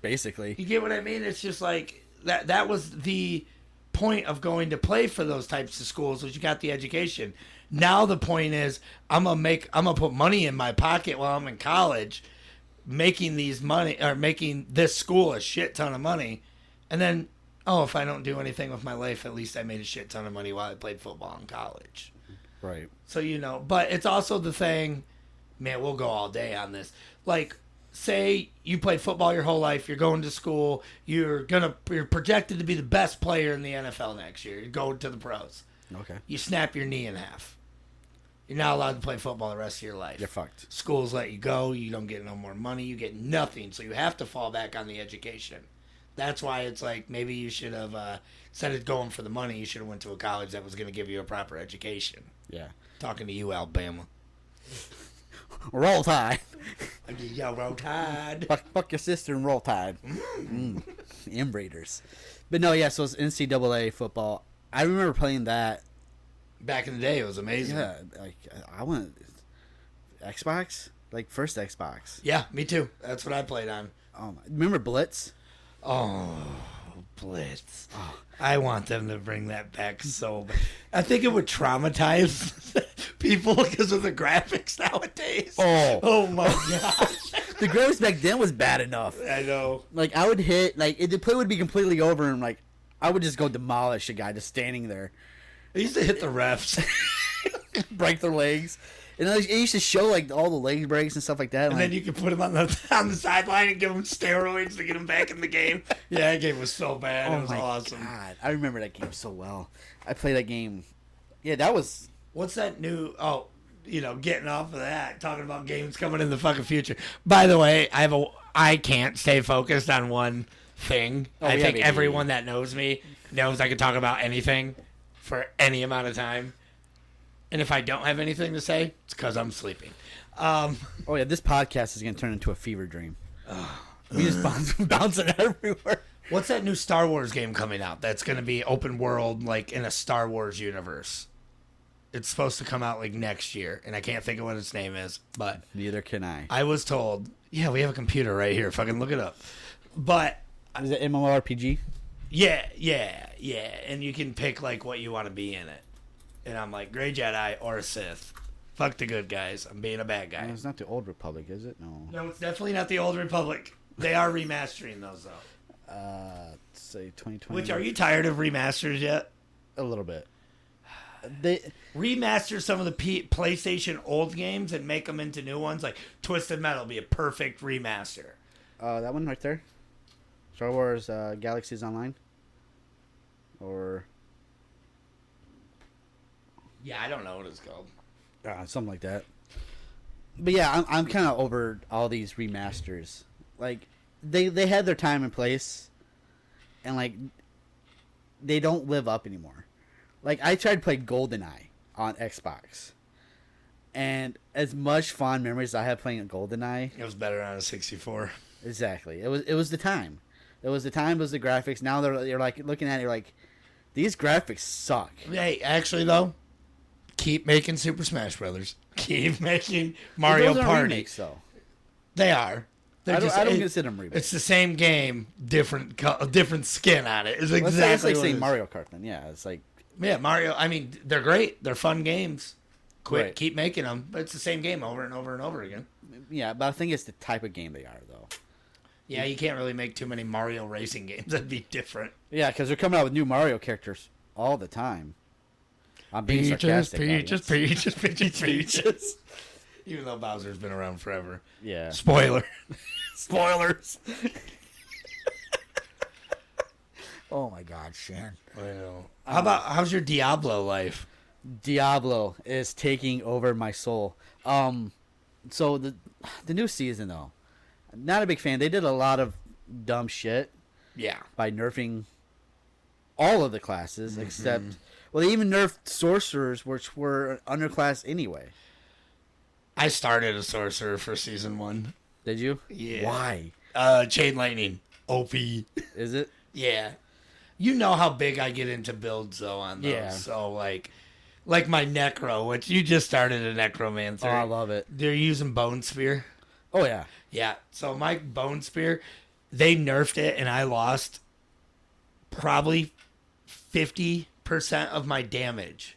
Speaker 3: Basically,
Speaker 4: You get what I mean? It's just like that that was the point of going to play for those types of schools was you got the education. Now the point is I'm gonna make I'm gonna put money in my pocket while I'm in college, making these money or making this school a shit ton of money, and then oh if I don't do anything with my life, at least I made a shit ton of money while I played football in college.
Speaker 3: right?
Speaker 4: So you know, but it's also the thing, man, we'll go all day on this. Like say you played football your whole life, you're going to school, you're going to you're projected to be the best player in the NFL next year. You go to the pros.
Speaker 3: Okay,
Speaker 4: You snap your knee in half. You're not allowed to play football the rest of your life.
Speaker 3: you're fucked.
Speaker 4: Schools let you go, you don't get no more money, you get nothing. So you have to fall back on the education. That's why it's like maybe you should have uh, instead of going for the money, you should have went to a college that was going to give you a proper education.
Speaker 3: Yeah,
Speaker 4: Talking to you, Alabama.
Speaker 3: roll tide. <laughs>
Speaker 4: Yo, roll tide.
Speaker 3: fuck, fuck your sister and roll tide. Mm. Inbreeders. But no, yeah, so it's NCAA football. I remember playing that.
Speaker 4: Back in the day, it was amazing. Yeah,
Speaker 3: Yeah, like I went Xbox, like first Xbox.
Speaker 4: me too. That's what I played on.
Speaker 3: Oh my, remember Blitz?
Speaker 4: Oh, Blitz. I want them to bring that back so bad. I think it would traumatize <laughs> people because of the graphics nowadays.
Speaker 3: Oh.
Speaker 4: Oh, my gosh.
Speaker 3: The graphics back then was bad enough.
Speaker 4: I know.
Speaker 3: Like I would hit, like it, the play would be completely over, and like I would just go demolish a guy just standing there, <laughs>
Speaker 4: I used to hit the refs.
Speaker 3: break their legs, and it used to show like all the leg breaks and stuff like that.
Speaker 4: And then you could put him on the on the sideline and give him steroids to get him back in the game. Yeah, that game was so bad. it was awesome.
Speaker 3: oh God, I remember that game so well. I played that game. Yeah, that was
Speaker 4: What's that new? Oh, you know, getting off of that, talking about games coming in the fucking future. By the way, I have a I can't stay focused on one thing. I
Speaker 3: yeah,
Speaker 4: think
Speaker 3: baby.
Speaker 4: everyone that knows me knows I can talk about anything for any amount of time. And if I don't have anything to say, it's because I'm sleeping. Um,
Speaker 3: Oh yeah, this podcast is gonna turn into a fever dream. we just bounce, <laughs> bouncing everywhere.
Speaker 4: what's that new Star Wars game coming out? That's going to be open world, like in a Star Wars universe. It's supposed to come out like next year, and I can't think of what its name is, but
Speaker 3: Neither can I.
Speaker 4: I was told, yeah, we have a computer right here. Fucking look it up. But
Speaker 3: Uh, Is it MMORPG?
Speaker 4: yeah, yeah, yeah. And you can pick like what you want to be in it. And I'm like, Grey Jedi or Sith. Fuck the good guys. I'm being a bad guy.
Speaker 3: It's not the Old Republic, is it? No.
Speaker 4: No, it's definitely not the Old Republic. They are remastering those though.
Speaker 3: Uh, say 2020.
Speaker 4: Which are you tired of remasters yet?
Speaker 3: A little bit. They
Speaker 4: Remaster some of the P- PlayStation old games and make them into new ones. Like Twisted Metal would be a perfect remaster.
Speaker 3: uh, that one right there, Star Wars uh, Galaxies Online, or
Speaker 4: Yeah, I don't know what it's called.
Speaker 3: uh, something like that. But yeah, I'm I'm kind of over all these remasters. Like they they had their time and place, and like they don't live up anymore. Like I tried to play GoldenEye on Xbox, and as much fond memories I have playing GoldenEye,
Speaker 4: It was better on a 64.
Speaker 3: exactly it was it was the time, it was the time, it was the graphics. Now they're you're like looking at it, you're like, these graphics suck.
Speaker 4: Hey, actually though, keep making Super Smash Brothers. Keep making Mario
Speaker 3: Those aren't
Speaker 4: Party.
Speaker 3: remakes, though.
Speaker 4: They are. They're
Speaker 3: I don't,
Speaker 4: just-
Speaker 3: I don't
Speaker 4: it-
Speaker 3: consider them remakes.
Speaker 4: It's the same game, different co- different skin on it. It's
Speaker 3: Let's
Speaker 4: exactly
Speaker 3: say it's like
Speaker 4: what it
Speaker 3: saying
Speaker 4: is.
Speaker 3: Mario Kart then. Yeah, it's like
Speaker 4: Yeah, Mario. I mean, they're great. They're fun games. Quit.
Speaker 3: Right.
Speaker 4: Keep making them. But it's the same game over and over and over again.
Speaker 3: Yeah, but I think it's the type of game they are, though.
Speaker 4: Yeah, you can't really make too many Mario racing games. <laughs> That'd be different.
Speaker 3: Yeah, because they're coming out with new Mario characters all the time. I'm being sarcastic.
Speaker 4: peaches,
Speaker 3: audience.
Speaker 4: <laughs> peaches, peaches, peaches. Even though Bowser's been around forever.
Speaker 3: Yeah.
Speaker 4: Spoiler.
Speaker 3: <laughs> Spoilers. oh my God, Sharon.
Speaker 4: I know. How about how's your Diablo life?
Speaker 3: Diablo is taking over my soul. Um, so the the new season though, not a big fan. They did a lot of dumb shit.
Speaker 4: Yeah.
Speaker 3: by nerfing all of the classes except well they even nerfed sorcerers which were underclass anyway
Speaker 4: I started a sorcerer for season one.
Speaker 3: did you
Speaker 4: Yeah.
Speaker 3: why
Speaker 4: Uh chain lightning. OP.
Speaker 3: is it
Speaker 4: yeah. You know how big I get into builds though on those.
Speaker 3: Yeah.
Speaker 4: So like like my necro, which you just started a necromancer.
Speaker 3: oh i love it
Speaker 4: They're using bone spear.
Speaker 3: oh yeah
Speaker 4: Yeah. So my bone spear, they nerfed it and I lost probably 50% of my damage.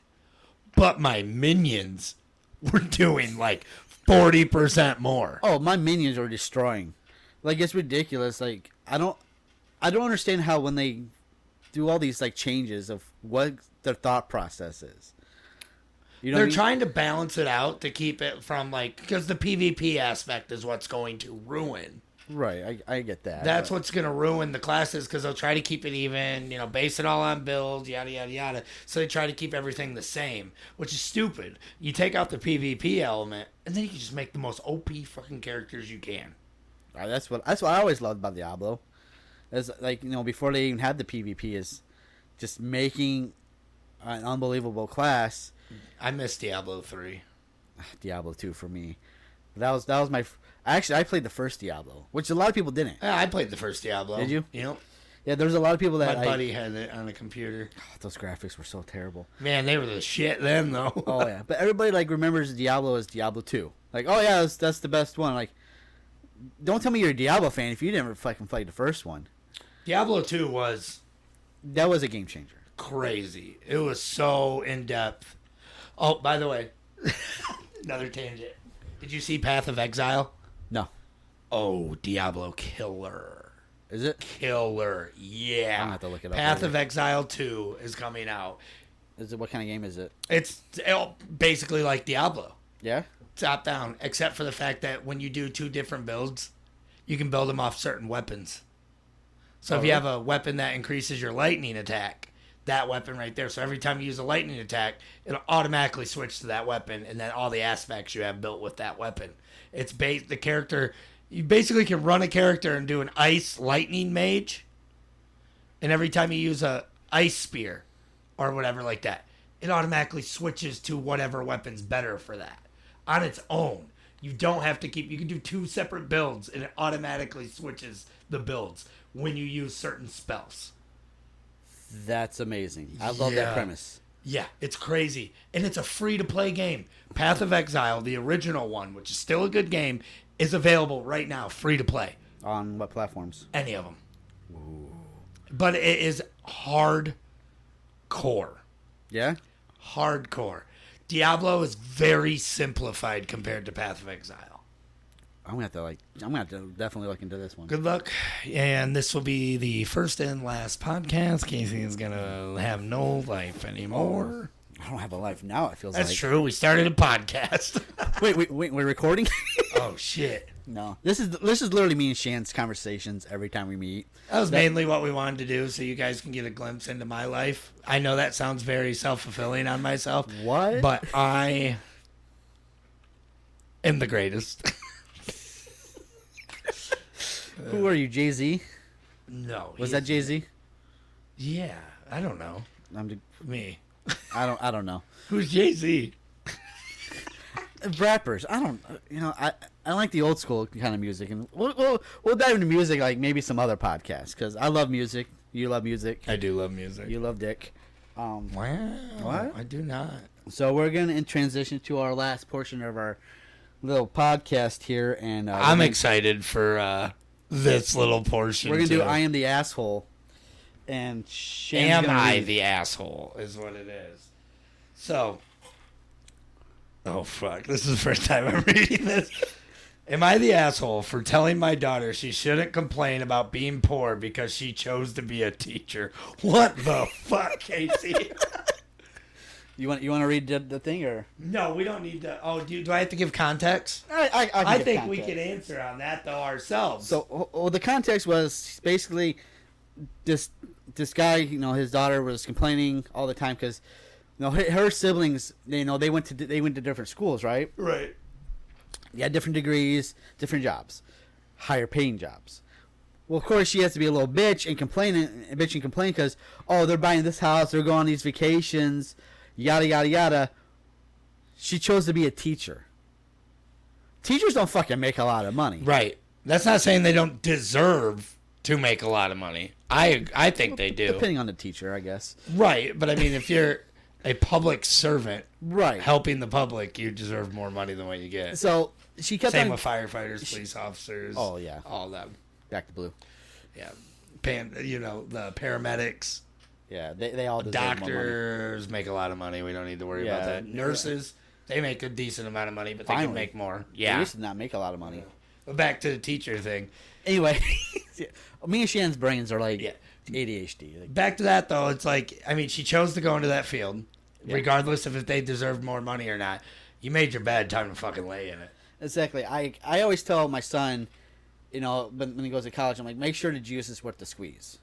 Speaker 4: But my minions were doing like 40% more.
Speaker 3: oh my minions are destroying like it's ridiculous like i don't i don't understand how when they do all these like changes of what their thought process is you know what
Speaker 4: They're
Speaker 3: I mean?
Speaker 4: trying to balance it out to keep it from like because the PvP aspect is what's going to ruin.
Speaker 3: right I, I get that
Speaker 4: That's
Speaker 3: but-
Speaker 4: what's going to ruin the classes because they'll try to keep it even, you know, base it all on build, yada, yada, yada. So they try to keep everything the same, which is stupid. You take out the PvP element, and then you can just make the most OP fucking characters you can.
Speaker 3: Uh, That's what that's what I always loved about Diablo. Is like you know before they even had the PvP is just making an unbelievable class.
Speaker 4: I miss Diablo 3.
Speaker 3: Diablo two for me, That was that was my. f- Actually, I played the first Diablo, which a lot of people didn't.
Speaker 4: Yeah, I played the first Diablo.
Speaker 3: Did you?
Speaker 4: Yep.
Speaker 3: Yeah, there was a lot of people
Speaker 4: My
Speaker 3: that I,
Speaker 4: buddy had it on a computer.
Speaker 3: <sighs> those graphics were so terrible.
Speaker 4: Man, they were the shit then, though.
Speaker 3: Oh yeah, but everybody like remembers Diablo as Diablo two. Like, oh yeah, that's, that's the best one. Like, don't tell me you're a Diablo fan if you never fucking played the first one.
Speaker 4: <laughs> Diablo 2 was
Speaker 3: That was a game changer.
Speaker 4: crazy. It was so in depth. Oh, by the way, <laughs> another tangent. Did you see Path of Exile?
Speaker 3: No,
Speaker 4: Oh, Diablo Killer.
Speaker 3: is it?
Speaker 4: Killer. Yeah.
Speaker 3: gonna have to look it up
Speaker 4: Path
Speaker 3: later.
Speaker 4: of Exile 2 is coming out.
Speaker 3: Is it what kind of game is it?
Speaker 4: It's oh, basically like Diablo,
Speaker 3: Yeah.
Speaker 4: top down, except for the fact that when you do two different builds, you can build them off certain weapons. So if you have a weapon that increases your lightning attack, that weapon right there. So every time you use a lightning attack, it'll automatically switch to that weapon, and then all the aspects you have built with that weapon. It's ba- the character. You basically can run a character and do an ice lightning mage, and every time you use a ice spear or whatever like that, it automatically switches to whatever weapon's better for that on its own. You don't have to keep. You can do two separate builds, and it automatically switches the builds when you use certain spells.
Speaker 3: That's amazing. I love
Speaker 4: Yeah.
Speaker 3: that premise.
Speaker 4: Yeah, it's crazy. And it's a free to play game. Path of Exile, the original one, which is still a good game, is available right now, free to play.
Speaker 3: On what platforms?
Speaker 4: Any of them. But it is hardcore.
Speaker 3: Yeah.
Speaker 4: Hardcore. Diablo is very simplified compared to Path of Exile.
Speaker 3: I'm gonna have to like. I'm gonna have to definitely look into this one.
Speaker 4: Good luck. And this will be the first and last podcast. Casey is going to have no life anymore.
Speaker 3: I don't have a life now. It feels
Speaker 4: That's
Speaker 3: like.
Speaker 4: true. We started a podcast.
Speaker 3: Wait, wait, wait. We're recording.
Speaker 4: <laughs>
Speaker 3: <laughs>
Speaker 4: oh, shit.
Speaker 3: no. This is this is literally me and Shan's conversations every time we meet.
Speaker 4: That was mainly what we wanted to do, so you guys can get a glimpse into my life. I know that sounds very self fulfilling on myself.
Speaker 3: What?
Speaker 4: But I am the greatest.
Speaker 3: Who are you, Jay Z?
Speaker 4: no.
Speaker 3: Was
Speaker 4: he-
Speaker 3: that Jay Z?
Speaker 4: Yeah. I don't know.
Speaker 3: I'm. d-
Speaker 4: Me.
Speaker 3: I don't. I don't know.
Speaker 4: Who's Jay Z?
Speaker 3: rappers. I don't, you know, I I like the old school kind of music, and we'll we'll, we'll dive into music like maybe some other podcast because I love music. You love music.
Speaker 4: I do love music.
Speaker 3: You love dick. Um,
Speaker 4: wow.
Speaker 3: What?
Speaker 4: I do not.
Speaker 3: so we're gonna in- transition to our last portion of our little podcast here, and uh, we're
Speaker 4: I'm
Speaker 3: gonna-
Speaker 4: excited for uh, this little portion.
Speaker 3: We're gonna do
Speaker 4: too.
Speaker 3: I am the asshole, and Shan's
Speaker 4: Am
Speaker 3: gonna
Speaker 4: I
Speaker 3: read-
Speaker 4: the asshole? Is what it is. So, oh fuck, this is the first time I'm <laughs> reading this. Am I the asshole for telling my daughter she shouldn't complain about being poor because she chose to be a teacher? What the fuck, <laughs> Casey?
Speaker 3: You want you want to read the, the thing or
Speaker 4: no, we don't need to. Oh, do, do I have to give context?
Speaker 3: I I, can
Speaker 4: I
Speaker 3: give
Speaker 4: think we
Speaker 3: context.
Speaker 4: can answer on that though ourselves.
Speaker 3: So oh, oh, the context was basically this this guy, you know, his daughter was complaining all the time because you know her, her siblings, you know, they went to they went to different schools, right?
Speaker 4: right.
Speaker 3: They had different degrees, different jobs, higher paying jobs. Well, of course, she has to be a little bitch and complain and bitch and complain because oh, they're buying this house, they're going on these vacations, yada yada yada. She chose to be a teacher. Teachers don't fucking make a lot of money.
Speaker 4: Right. That's not saying they don't deserve to make a lot of money. I I think they do.
Speaker 3: Depending on the teacher, I guess.
Speaker 4: Right, but I mean, if you're a public servant
Speaker 3: Right.
Speaker 4: helping the public, you deserve more money than what you get.
Speaker 3: So she kept
Speaker 4: Same
Speaker 3: on
Speaker 4: with firefighters, police officers.
Speaker 3: Oh, yeah.
Speaker 4: all them.
Speaker 3: back to blue.
Speaker 4: Yeah, Pan, you know the paramedics,
Speaker 3: Yeah, they, they all deserve more money.
Speaker 4: doctors make a lot of money. We don't need to worry about
Speaker 3: Yeah.
Speaker 4: that. Nurses, they make a decent amount of money, but they can
Speaker 3: Finally.
Speaker 4: make more.
Speaker 3: They
Speaker 4: Yeah.
Speaker 3: used to not make a lot of money.
Speaker 4: But back to the teacher thing.
Speaker 3: <laughs> Anyway, <laughs> yeah, me and Shannon's brains are like
Speaker 4: Yeah.
Speaker 3: ADHD. Like,
Speaker 4: back to that though, it's like I mean, she chose to go into that field, regardless of if they deserved more money or not. You made your bed, time to fucking lay in it.
Speaker 3: exactly. I I always tell my son, you know, when when he goes to college, I'm like, make sure the juice is worth the squeeze.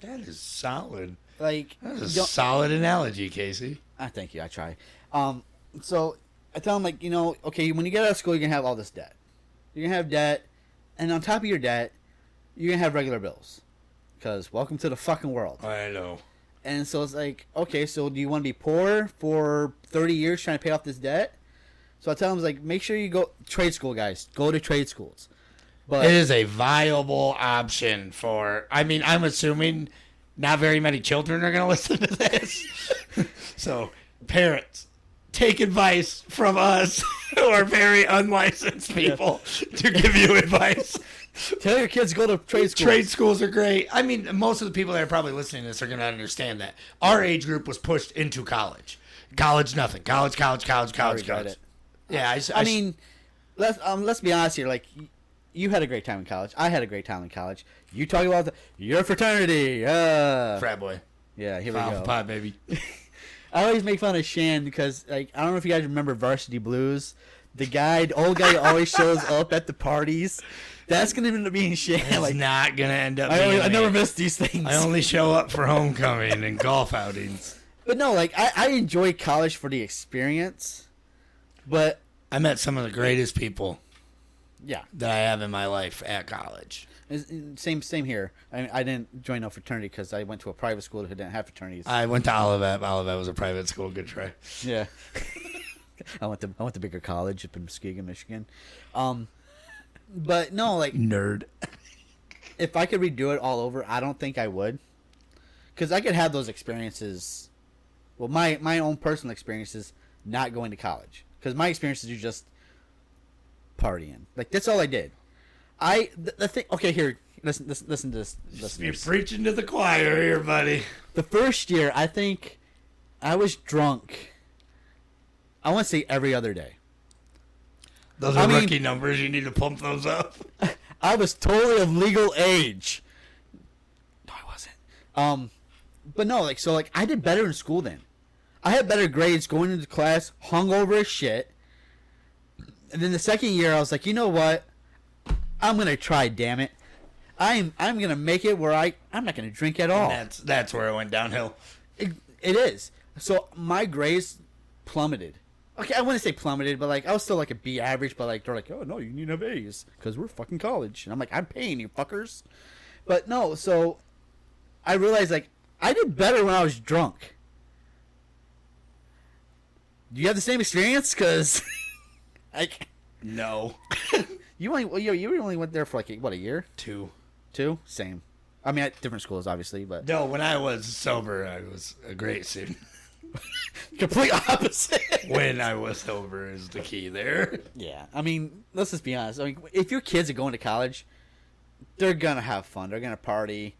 Speaker 4: That is solid.
Speaker 3: Like,
Speaker 4: That is a
Speaker 3: don't-
Speaker 4: solid analogy, Casey.
Speaker 3: Ah, thank you. I try. Um, so I tell him like, you know, okay, when you get out of school, you're gonna have all this debt. You're gonna have debt, and on top of your debt, you're gonna have regular bills. Because welcome to the fucking world.
Speaker 4: I know.
Speaker 3: And so it's like, okay, so do you want to be poor for 30 years trying to pay off this debt? So I tell them like, make sure you go trade school, guys. Go to trade schools. But
Speaker 4: It is a viable option for. I mean, I'm assuming not very many children are going to <laughs> listen to this. <laughs> so, parents, take advice from us, <laughs> who are very unlicensed people, to give you <laughs> advice.
Speaker 3: tell your kids go to trade school.
Speaker 4: Trade schools are great. I mean, most of the people that are probably listening to this are going to understand that our age group was pushed into college. College, nothing. College, college, college, college,
Speaker 3: regret
Speaker 4: college.
Speaker 3: it.
Speaker 4: Yeah, I, s-
Speaker 3: I
Speaker 4: s-
Speaker 3: mean, let's um, let's be honest here. Like, y- you had a great time in college. I had a great time in college. You talk about the, your fraternity. Uh,
Speaker 4: frat boy,
Speaker 3: yeah, here we
Speaker 4: Alpha
Speaker 3: go. <laughs>
Speaker 4: Pi baby.
Speaker 3: I always make fun of Shan because, like, I don't know if you guys remember Varsity Blues. The guy, the old guy, who always shows up at the parties. That's gonna end up being Shan.
Speaker 4: It's
Speaker 3: Like,
Speaker 4: not going to end up.
Speaker 3: I,
Speaker 4: being
Speaker 3: only, I
Speaker 4: me.
Speaker 3: never miss these things.
Speaker 4: I only show up for homecoming and golf outings.
Speaker 3: But no, like, I, I enjoy college for the experience. But
Speaker 4: I met some of the greatest people
Speaker 3: yeah,
Speaker 4: that I have in my life at college.
Speaker 3: it's- it's same same here. I, I didn't join no fraternity because I went to a private school that didn't have fraternities.
Speaker 4: I went to Olivet. Olivet was a private school. Good try. <laughs>
Speaker 3: Yeah. I went to I went to bigger college up in Muskegon, Michigan. Um but no, like
Speaker 4: Nerd.
Speaker 3: if I could redo it all over, I don't think I would. Cuz I could have those experiences well my my own personal experiences not going to college cuz my experiences are just partying. Like that's all I did. I the, the thing okay here listen listen listen to this
Speaker 4: <laughs> You're
Speaker 3: listeners.
Speaker 4: preaching to the choir here, buddy.
Speaker 3: The first year, I think I was drunk. I want to say every other day.
Speaker 4: Those
Speaker 3: I
Speaker 4: are
Speaker 3: mean-
Speaker 4: rookie numbers. You need to pump those up.
Speaker 3: I was totally of legal age. No, I wasn't. Um, but no, like so, like I did better in school then. I had better grades going into class, hungover as shit. And then the second year, I was like, you know what? I'm gonna try. Damn it, I'm I'm gonna make it where I I'm not gonna drink at all.
Speaker 4: That's that's where it went downhill.
Speaker 3: It, it is. So my grades plummeted. Okay, I wouldn't say plummeted, but like I was still like a B average. But like they're like, oh no, you need to have A's because we're fucking college, and I'm like, I'm paying you fuckers. But no, so I realized like I did better when I was drunk. Do you have the same experience? Because <laughs> like
Speaker 4: No. <laughs>
Speaker 3: you only well, you you only went there for like what a year,
Speaker 4: Two.
Speaker 3: two, same. I mean, at different schools, obviously, but
Speaker 4: No, when I was sober, I was a great <laughs> student.
Speaker 3: complete opposite. <laughs>
Speaker 4: When I was sober is the key there.
Speaker 3: Yeah, I mean, let's just be honest. I mean, if your kids are going to college, they're gonna have fun. They're gonna party.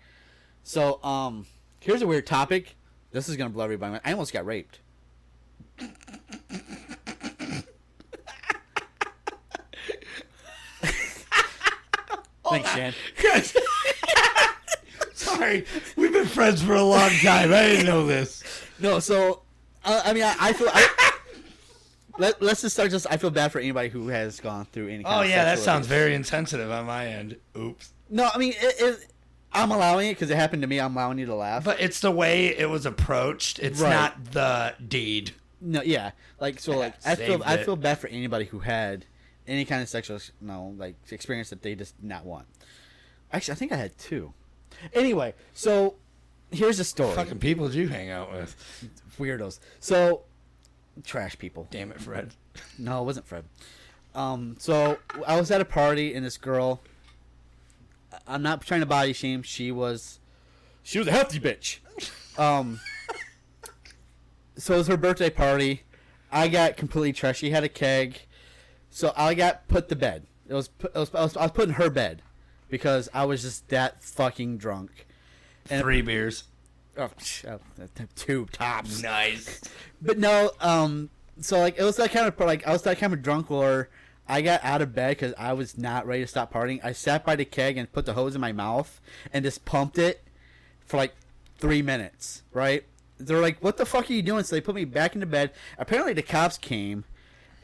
Speaker 3: So, um, here's a weird topic. This is gonna blow everybody. mind. I almost got <laughs> raped. Thanks, Shan.
Speaker 4: <laughs> Sorry, we've been friends for a long time. I didn't know this.
Speaker 3: No, so uh, I mean, I, I feel. I, <laughs> let, let's just start. Just I feel bad for anybody who has gone through any. Kind
Speaker 4: Oh
Speaker 3: of
Speaker 4: yeah, that
Speaker 3: sexual
Speaker 4: sounds very insensitive on my end. Oops.
Speaker 3: No, I mean, it, it, I'm allowing it because it happened to me. I'm allowing you to laugh.
Speaker 4: But it's the way it was approached. It's
Speaker 3: Right.
Speaker 4: not the deed.
Speaker 3: No, yeah, like so, like I
Speaker 4: Saved
Speaker 3: feel I
Speaker 4: it.
Speaker 3: feel bad for anybody who had any kind of sexual no like experience that they just not want. Actually, I think I had two. Anyway, so here's a story.
Speaker 4: Fucking people did you hang out with?
Speaker 3: weirdos. So trash people.
Speaker 4: Damn it, Fred.
Speaker 3: No, it wasn't Fred. Um, so I was at a party and this girl. I- I'm not trying to body shame. She was, she was a healthy bitch. Um. so it was her birthday party. I got completely trashed. She had a keg, so I got put to bed. It was, pu- it was I was I was put in her bed because I was just that fucking drunk. And-
Speaker 4: Three beers.
Speaker 3: Oh, two tops.
Speaker 4: Nice.
Speaker 3: But no, um, so like it was that kind of like I was that kind of drunk or I got out of bed because I was not ready to stop partying. I sat by the keg and put the hose in my mouth and just pumped it for like three minutes. Right? They're like, "What the fuck are you doing?" So they put me back into bed. Apparently, the cops came,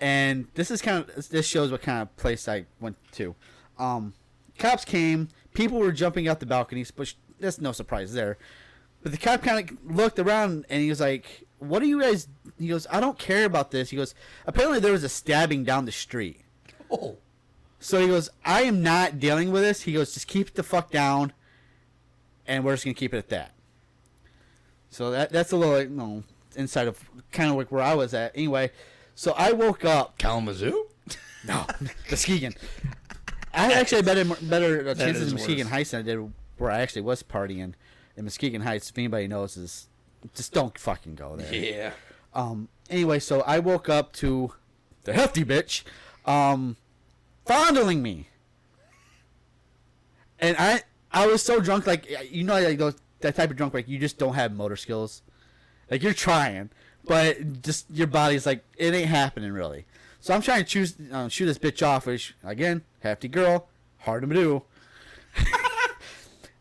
Speaker 3: and this is kind of this shows what kind of place I went to. Um, cops came. People were jumping out the balconies, but sh- that's no surprise there. But the cop kind of looked around and he was like, "What are you guys?" He goes, "I don't care about this." He goes, "Apparently there was a stabbing down the street."
Speaker 4: <laughs> Oh,
Speaker 3: So he goes, "I am not dealing with this." He goes, "Just keep the fuck down, and we're just gonna keep it at that." So that that's a little like, no inside of kind of like where I was at anyway. So I woke up. <laughs>
Speaker 4: Kalamazoo?
Speaker 3: No, Muskegon. I actually had better
Speaker 4: <laughs>
Speaker 3: better uh, chances
Speaker 4: is
Speaker 3: in Muskegon
Speaker 4: worse.
Speaker 3: Heights than I did where I actually was partying. In Muskegon Heights, if anybody knows, is just don't fucking go
Speaker 4: <laughs>
Speaker 3: there.
Speaker 4: Yeah.
Speaker 3: Um. Anyway, so I woke up to the hefty bitch, um, fondling me, and I I was so drunk, like you know, like those, that type of drunk, like you just don't have motor skills, like you're trying, but just your body's like it ain't happening really. So I'm trying to choose uh, shoot this bitch off, which again, hefty girl, hard to do. <laughs>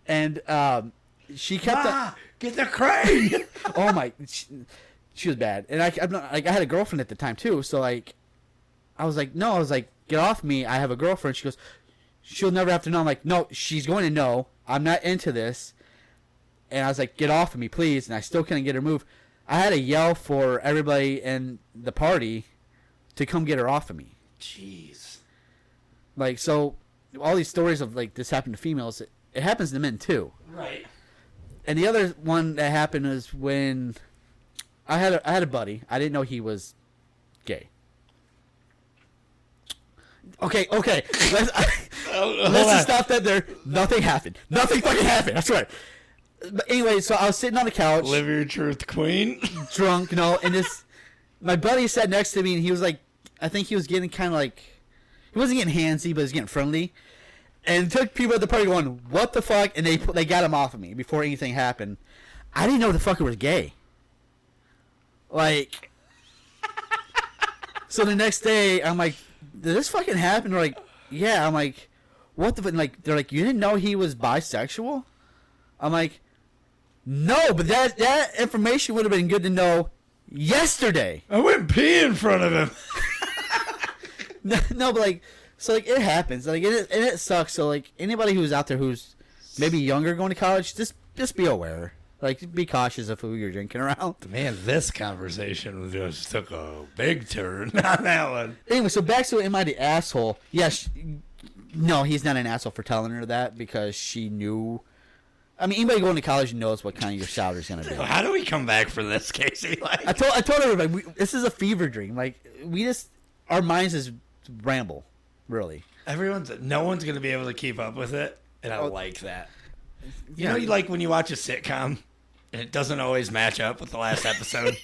Speaker 3: and um, she kept. on-
Speaker 4: Ah, get the crane! <laughs>
Speaker 3: oh my, she, she was bad, and I, I'm not like I had a girlfriend at the time too. So like, I was like, no, I was like, get off me. I have a girlfriend. She goes, she'll never have to know. I'm like, no, she's going to know. I'm not into this. And I was like, get off of me, please. And I still couldn't get her move. I had to yell for everybody in the party to come get her off of me.
Speaker 4: Jeez.
Speaker 3: Like so, all these stories of like this happened to females. It, it happens to men too.
Speaker 4: Right.
Speaker 3: and the other one that happened is when I had a, I had a buddy. I didn't know he was gay. Okay, okay. <laughs> Let's,
Speaker 4: Uh,
Speaker 3: let's just stop that there. Nothing happened. Nothing fucking happened. That's right. But anyway, so I was sitting on the couch,
Speaker 4: Live your truth, queen. <laughs>
Speaker 3: drunk, you know, and this my buddy sat next to me, and he was like, I think he was getting kind of like, he wasn't getting handsy, but he was getting friendly, and took people at the party going, "What the fuck?" And they they got him off of me before anything happened. I didn't know the fucker was gay. Like, so the next day, I'm like, "Did this fucking happen?" They're like, "Yeah." I'm like, "What the?" fu-" And like, they're like, "You didn't know he was bisexual?" I'm like, "No," but that that information would have been good to know yesterday. <laughs>
Speaker 4: I went pee in front of him.
Speaker 3: no, no, but like, so like it happens, like and it, and it sucks. So like anybody who's out there who's maybe younger going to college, just just be aware, like be cautious of who you're drinking around. <laughs>
Speaker 4: Man, this conversation just took a big <laughs> turn on that one.
Speaker 3: Anyway, so back to am I the asshole? Yes, no, he's not an asshole for telling her that because she knew. I mean, anybody going to college knows what kind of your salary going to be.
Speaker 4: How do we come back from this, Casey? <laughs> Like,
Speaker 3: I told I told everybody we, this is a fever dream. Like we just our minds just ramble, really.
Speaker 4: everyone's no one's gonna be able to keep up with it, and I like that. You know, you like when you watch a sitcom, and it doesn't always match up with the last <laughs> episode.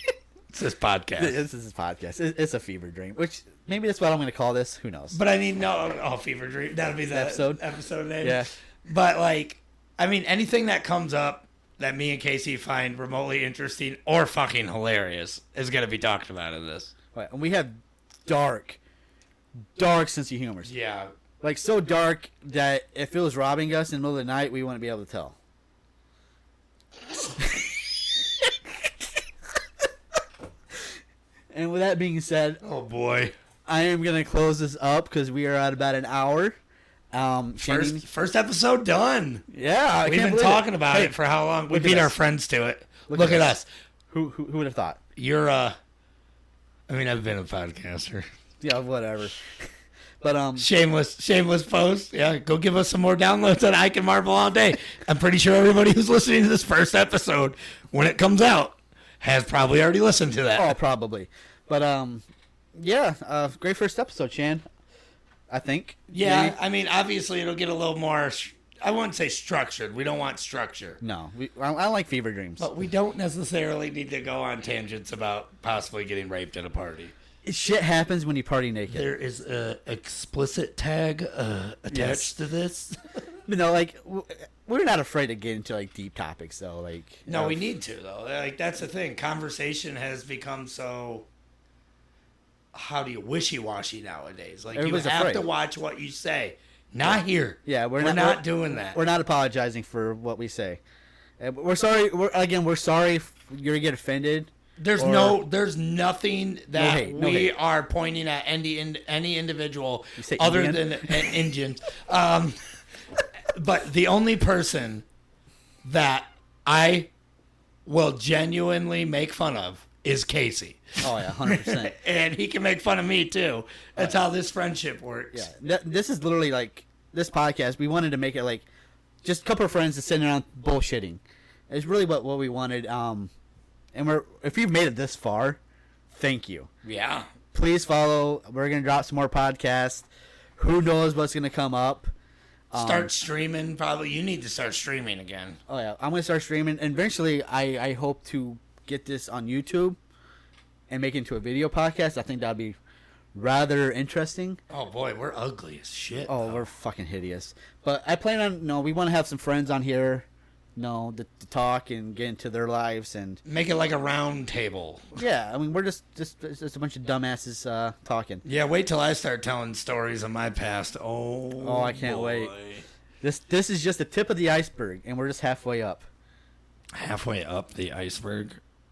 Speaker 4: it's this podcast,
Speaker 3: This is a podcast. It- It's a fever dream, which maybe that's what I'm going to call this. Who knows?
Speaker 4: but I need no oh fever dream. That'll be the
Speaker 3: Episode?
Speaker 4: episode episode name.
Speaker 3: Yeah.
Speaker 4: but like, I mean, anything that comes up that me and Casey find remotely interesting or fucking hilarious is gonna be talked about in this.
Speaker 3: Right, and we have dark, dark sense of humor.
Speaker 4: Yeah,
Speaker 3: Like so dark that if it was robbing us in the middle of the night, we wouldn't be able to tell. <laughs> and with that being said,
Speaker 4: Oh boy!
Speaker 3: I am gonna close this up because we are at about an hour. Um,
Speaker 4: First,
Speaker 3: Shane-
Speaker 4: first episode done.
Speaker 3: yeah, I
Speaker 4: We've
Speaker 3: can't
Speaker 4: been
Speaker 3: believe it.
Speaker 4: talking about
Speaker 3: Hey,
Speaker 4: it for how long? We
Speaker 3: look at
Speaker 4: beat our
Speaker 3: us.
Speaker 4: friends to it. Look,
Speaker 3: at
Speaker 4: at
Speaker 3: us.
Speaker 4: us.
Speaker 3: Who who, who would have thought?
Speaker 4: You're uh I mean, I've been a podcaster.
Speaker 3: Yeah, whatever. <laughs> but um,
Speaker 4: Shameless, shameless post. Yeah, go give us some more downloads on I Can Marvel all day. I'm pretty sure everybody who's listening to this first episode when it comes out has probably already listened to
Speaker 3: Oh,
Speaker 4: that.
Speaker 3: probably. But um, yeah, uh, great first episode, Chan. I think.
Speaker 4: yeah,
Speaker 3: Maybe-
Speaker 4: I mean, obviously it'll get a little more. s- I wouldn't say structured. We don't want structure,
Speaker 3: No, we, I, I like fever dreams.
Speaker 4: but we don't necessarily need to go on tangents about possibly getting raped at a party.
Speaker 3: Shit happens when you party naked.
Speaker 4: There is a explicit tag uh, attached
Speaker 3: Yes.
Speaker 4: to this. <laughs>
Speaker 3: you know, like w- we're not afraid to get into like deep topics, though. Like
Speaker 4: No,
Speaker 3: uh,
Speaker 4: we need to though. Like that's the thing. Conversation has become so how do you wishy washy nowadays? Like
Speaker 3: Everybody's
Speaker 4: you have to
Speaker 3: afraid.
Speaker 4: watch what you say. Not here.
Speaker 3: Yeah, we're not-
Speaker 4: not doing that.
Speaker 3: We're not apologizing for what we say. And We're sorry. We're again. We're sorry if you're gonna get offended.
Speaker 4: there's
Speaker 3: or-
Speaker 4: no there's nothing that
Speaker 3: hate, no
Speaker 4: we
Speaker 3: hate.
Speaker 4: are pointing at any in- any individual
Speaker 3: say
Speaker 4: other
Speaker 3: Indian?
Speaker 4: than an Indian. Um, but the only person that I will genuinely make fun of is Casey.
Speaker 3: Oh yeah, hundred percent.
Speaker 4: and he can make fun of me too. That's how this friendship works.
Speaker 3: Yeah, th- this is literally like this podcast. We wanted to make it like just a couple of friends that's sitting around bullshitting. It's really what what we wanted. Um, and we're if you've made it this far, thank you.
Speaker 4: Yeah.
Speaker 3: please follow. We're gonna drop some more podcasts. Who knows what's gonna come up? Um,
Speaker 4: Start streaming. Probably you need to start streaming again.
Speaker 3: Oh yeah, I'm gonna start streaming. And eventually, I I hope to get this on YouTube and make it into a video podcast. I think that'd be rather interesting.
Speaker 4: Oh boy, we're ugly as shit.
Speaker 3: Oh,
Speaker 4: though.
Speaker 3: we're fucking hideous. But I plan on no. We want to have some friends on here. No, to, to talk and get into their lives and
Speaker 4: make it like a round table.
Speaker 3: yeah. I mean, we're just just just a bunch of dumbasses uh, talking.
Speaker 4: Yeah, wait till I start telling stories of my past. Oh,
Speaker 3: Oh, I can't wait.
Speaker 4: boy.
Speaker 3: This this is just the tip of the iceberg, and we're just halfway up.
Speaker 4: Halfway up the iceberg,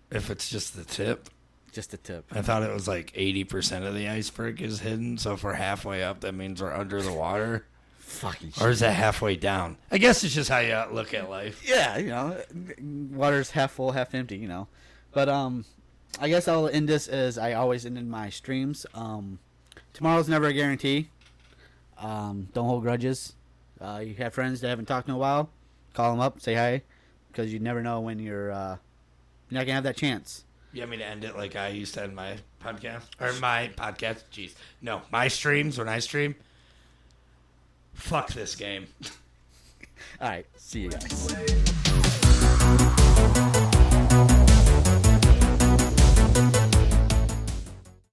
Speaker 4: if it's just the tip.
Speaker 3: Just the tip.
Speaker 4: I thought it was like 80% of the iceberg is hidden. So if we're halfway up, that means we're under the water.
Speaker 3: Fucking
Speaker 4: Or
Speaker 3: shit.
Speaker 4: is that halfway down? I guess it's just how you look at life.
Speaker 3: Yeah, you know, water's half full, half empty. You know, but um, I guess I'll end this as I always end in my streams. Um, tomorrow's never a guarantee. Um, don't hold grudges. Uh, you have friends that haven't talked in a while, call them up, say hi, because you never know when you're uh, you're not gonna have that chance.
Speaker 4: You want me to end it like I used to end my podcast? Or my podcast? Jeez. No, my streams when I stream. Fuck this game. <laughs>
Speaker 3: All right, see you guys.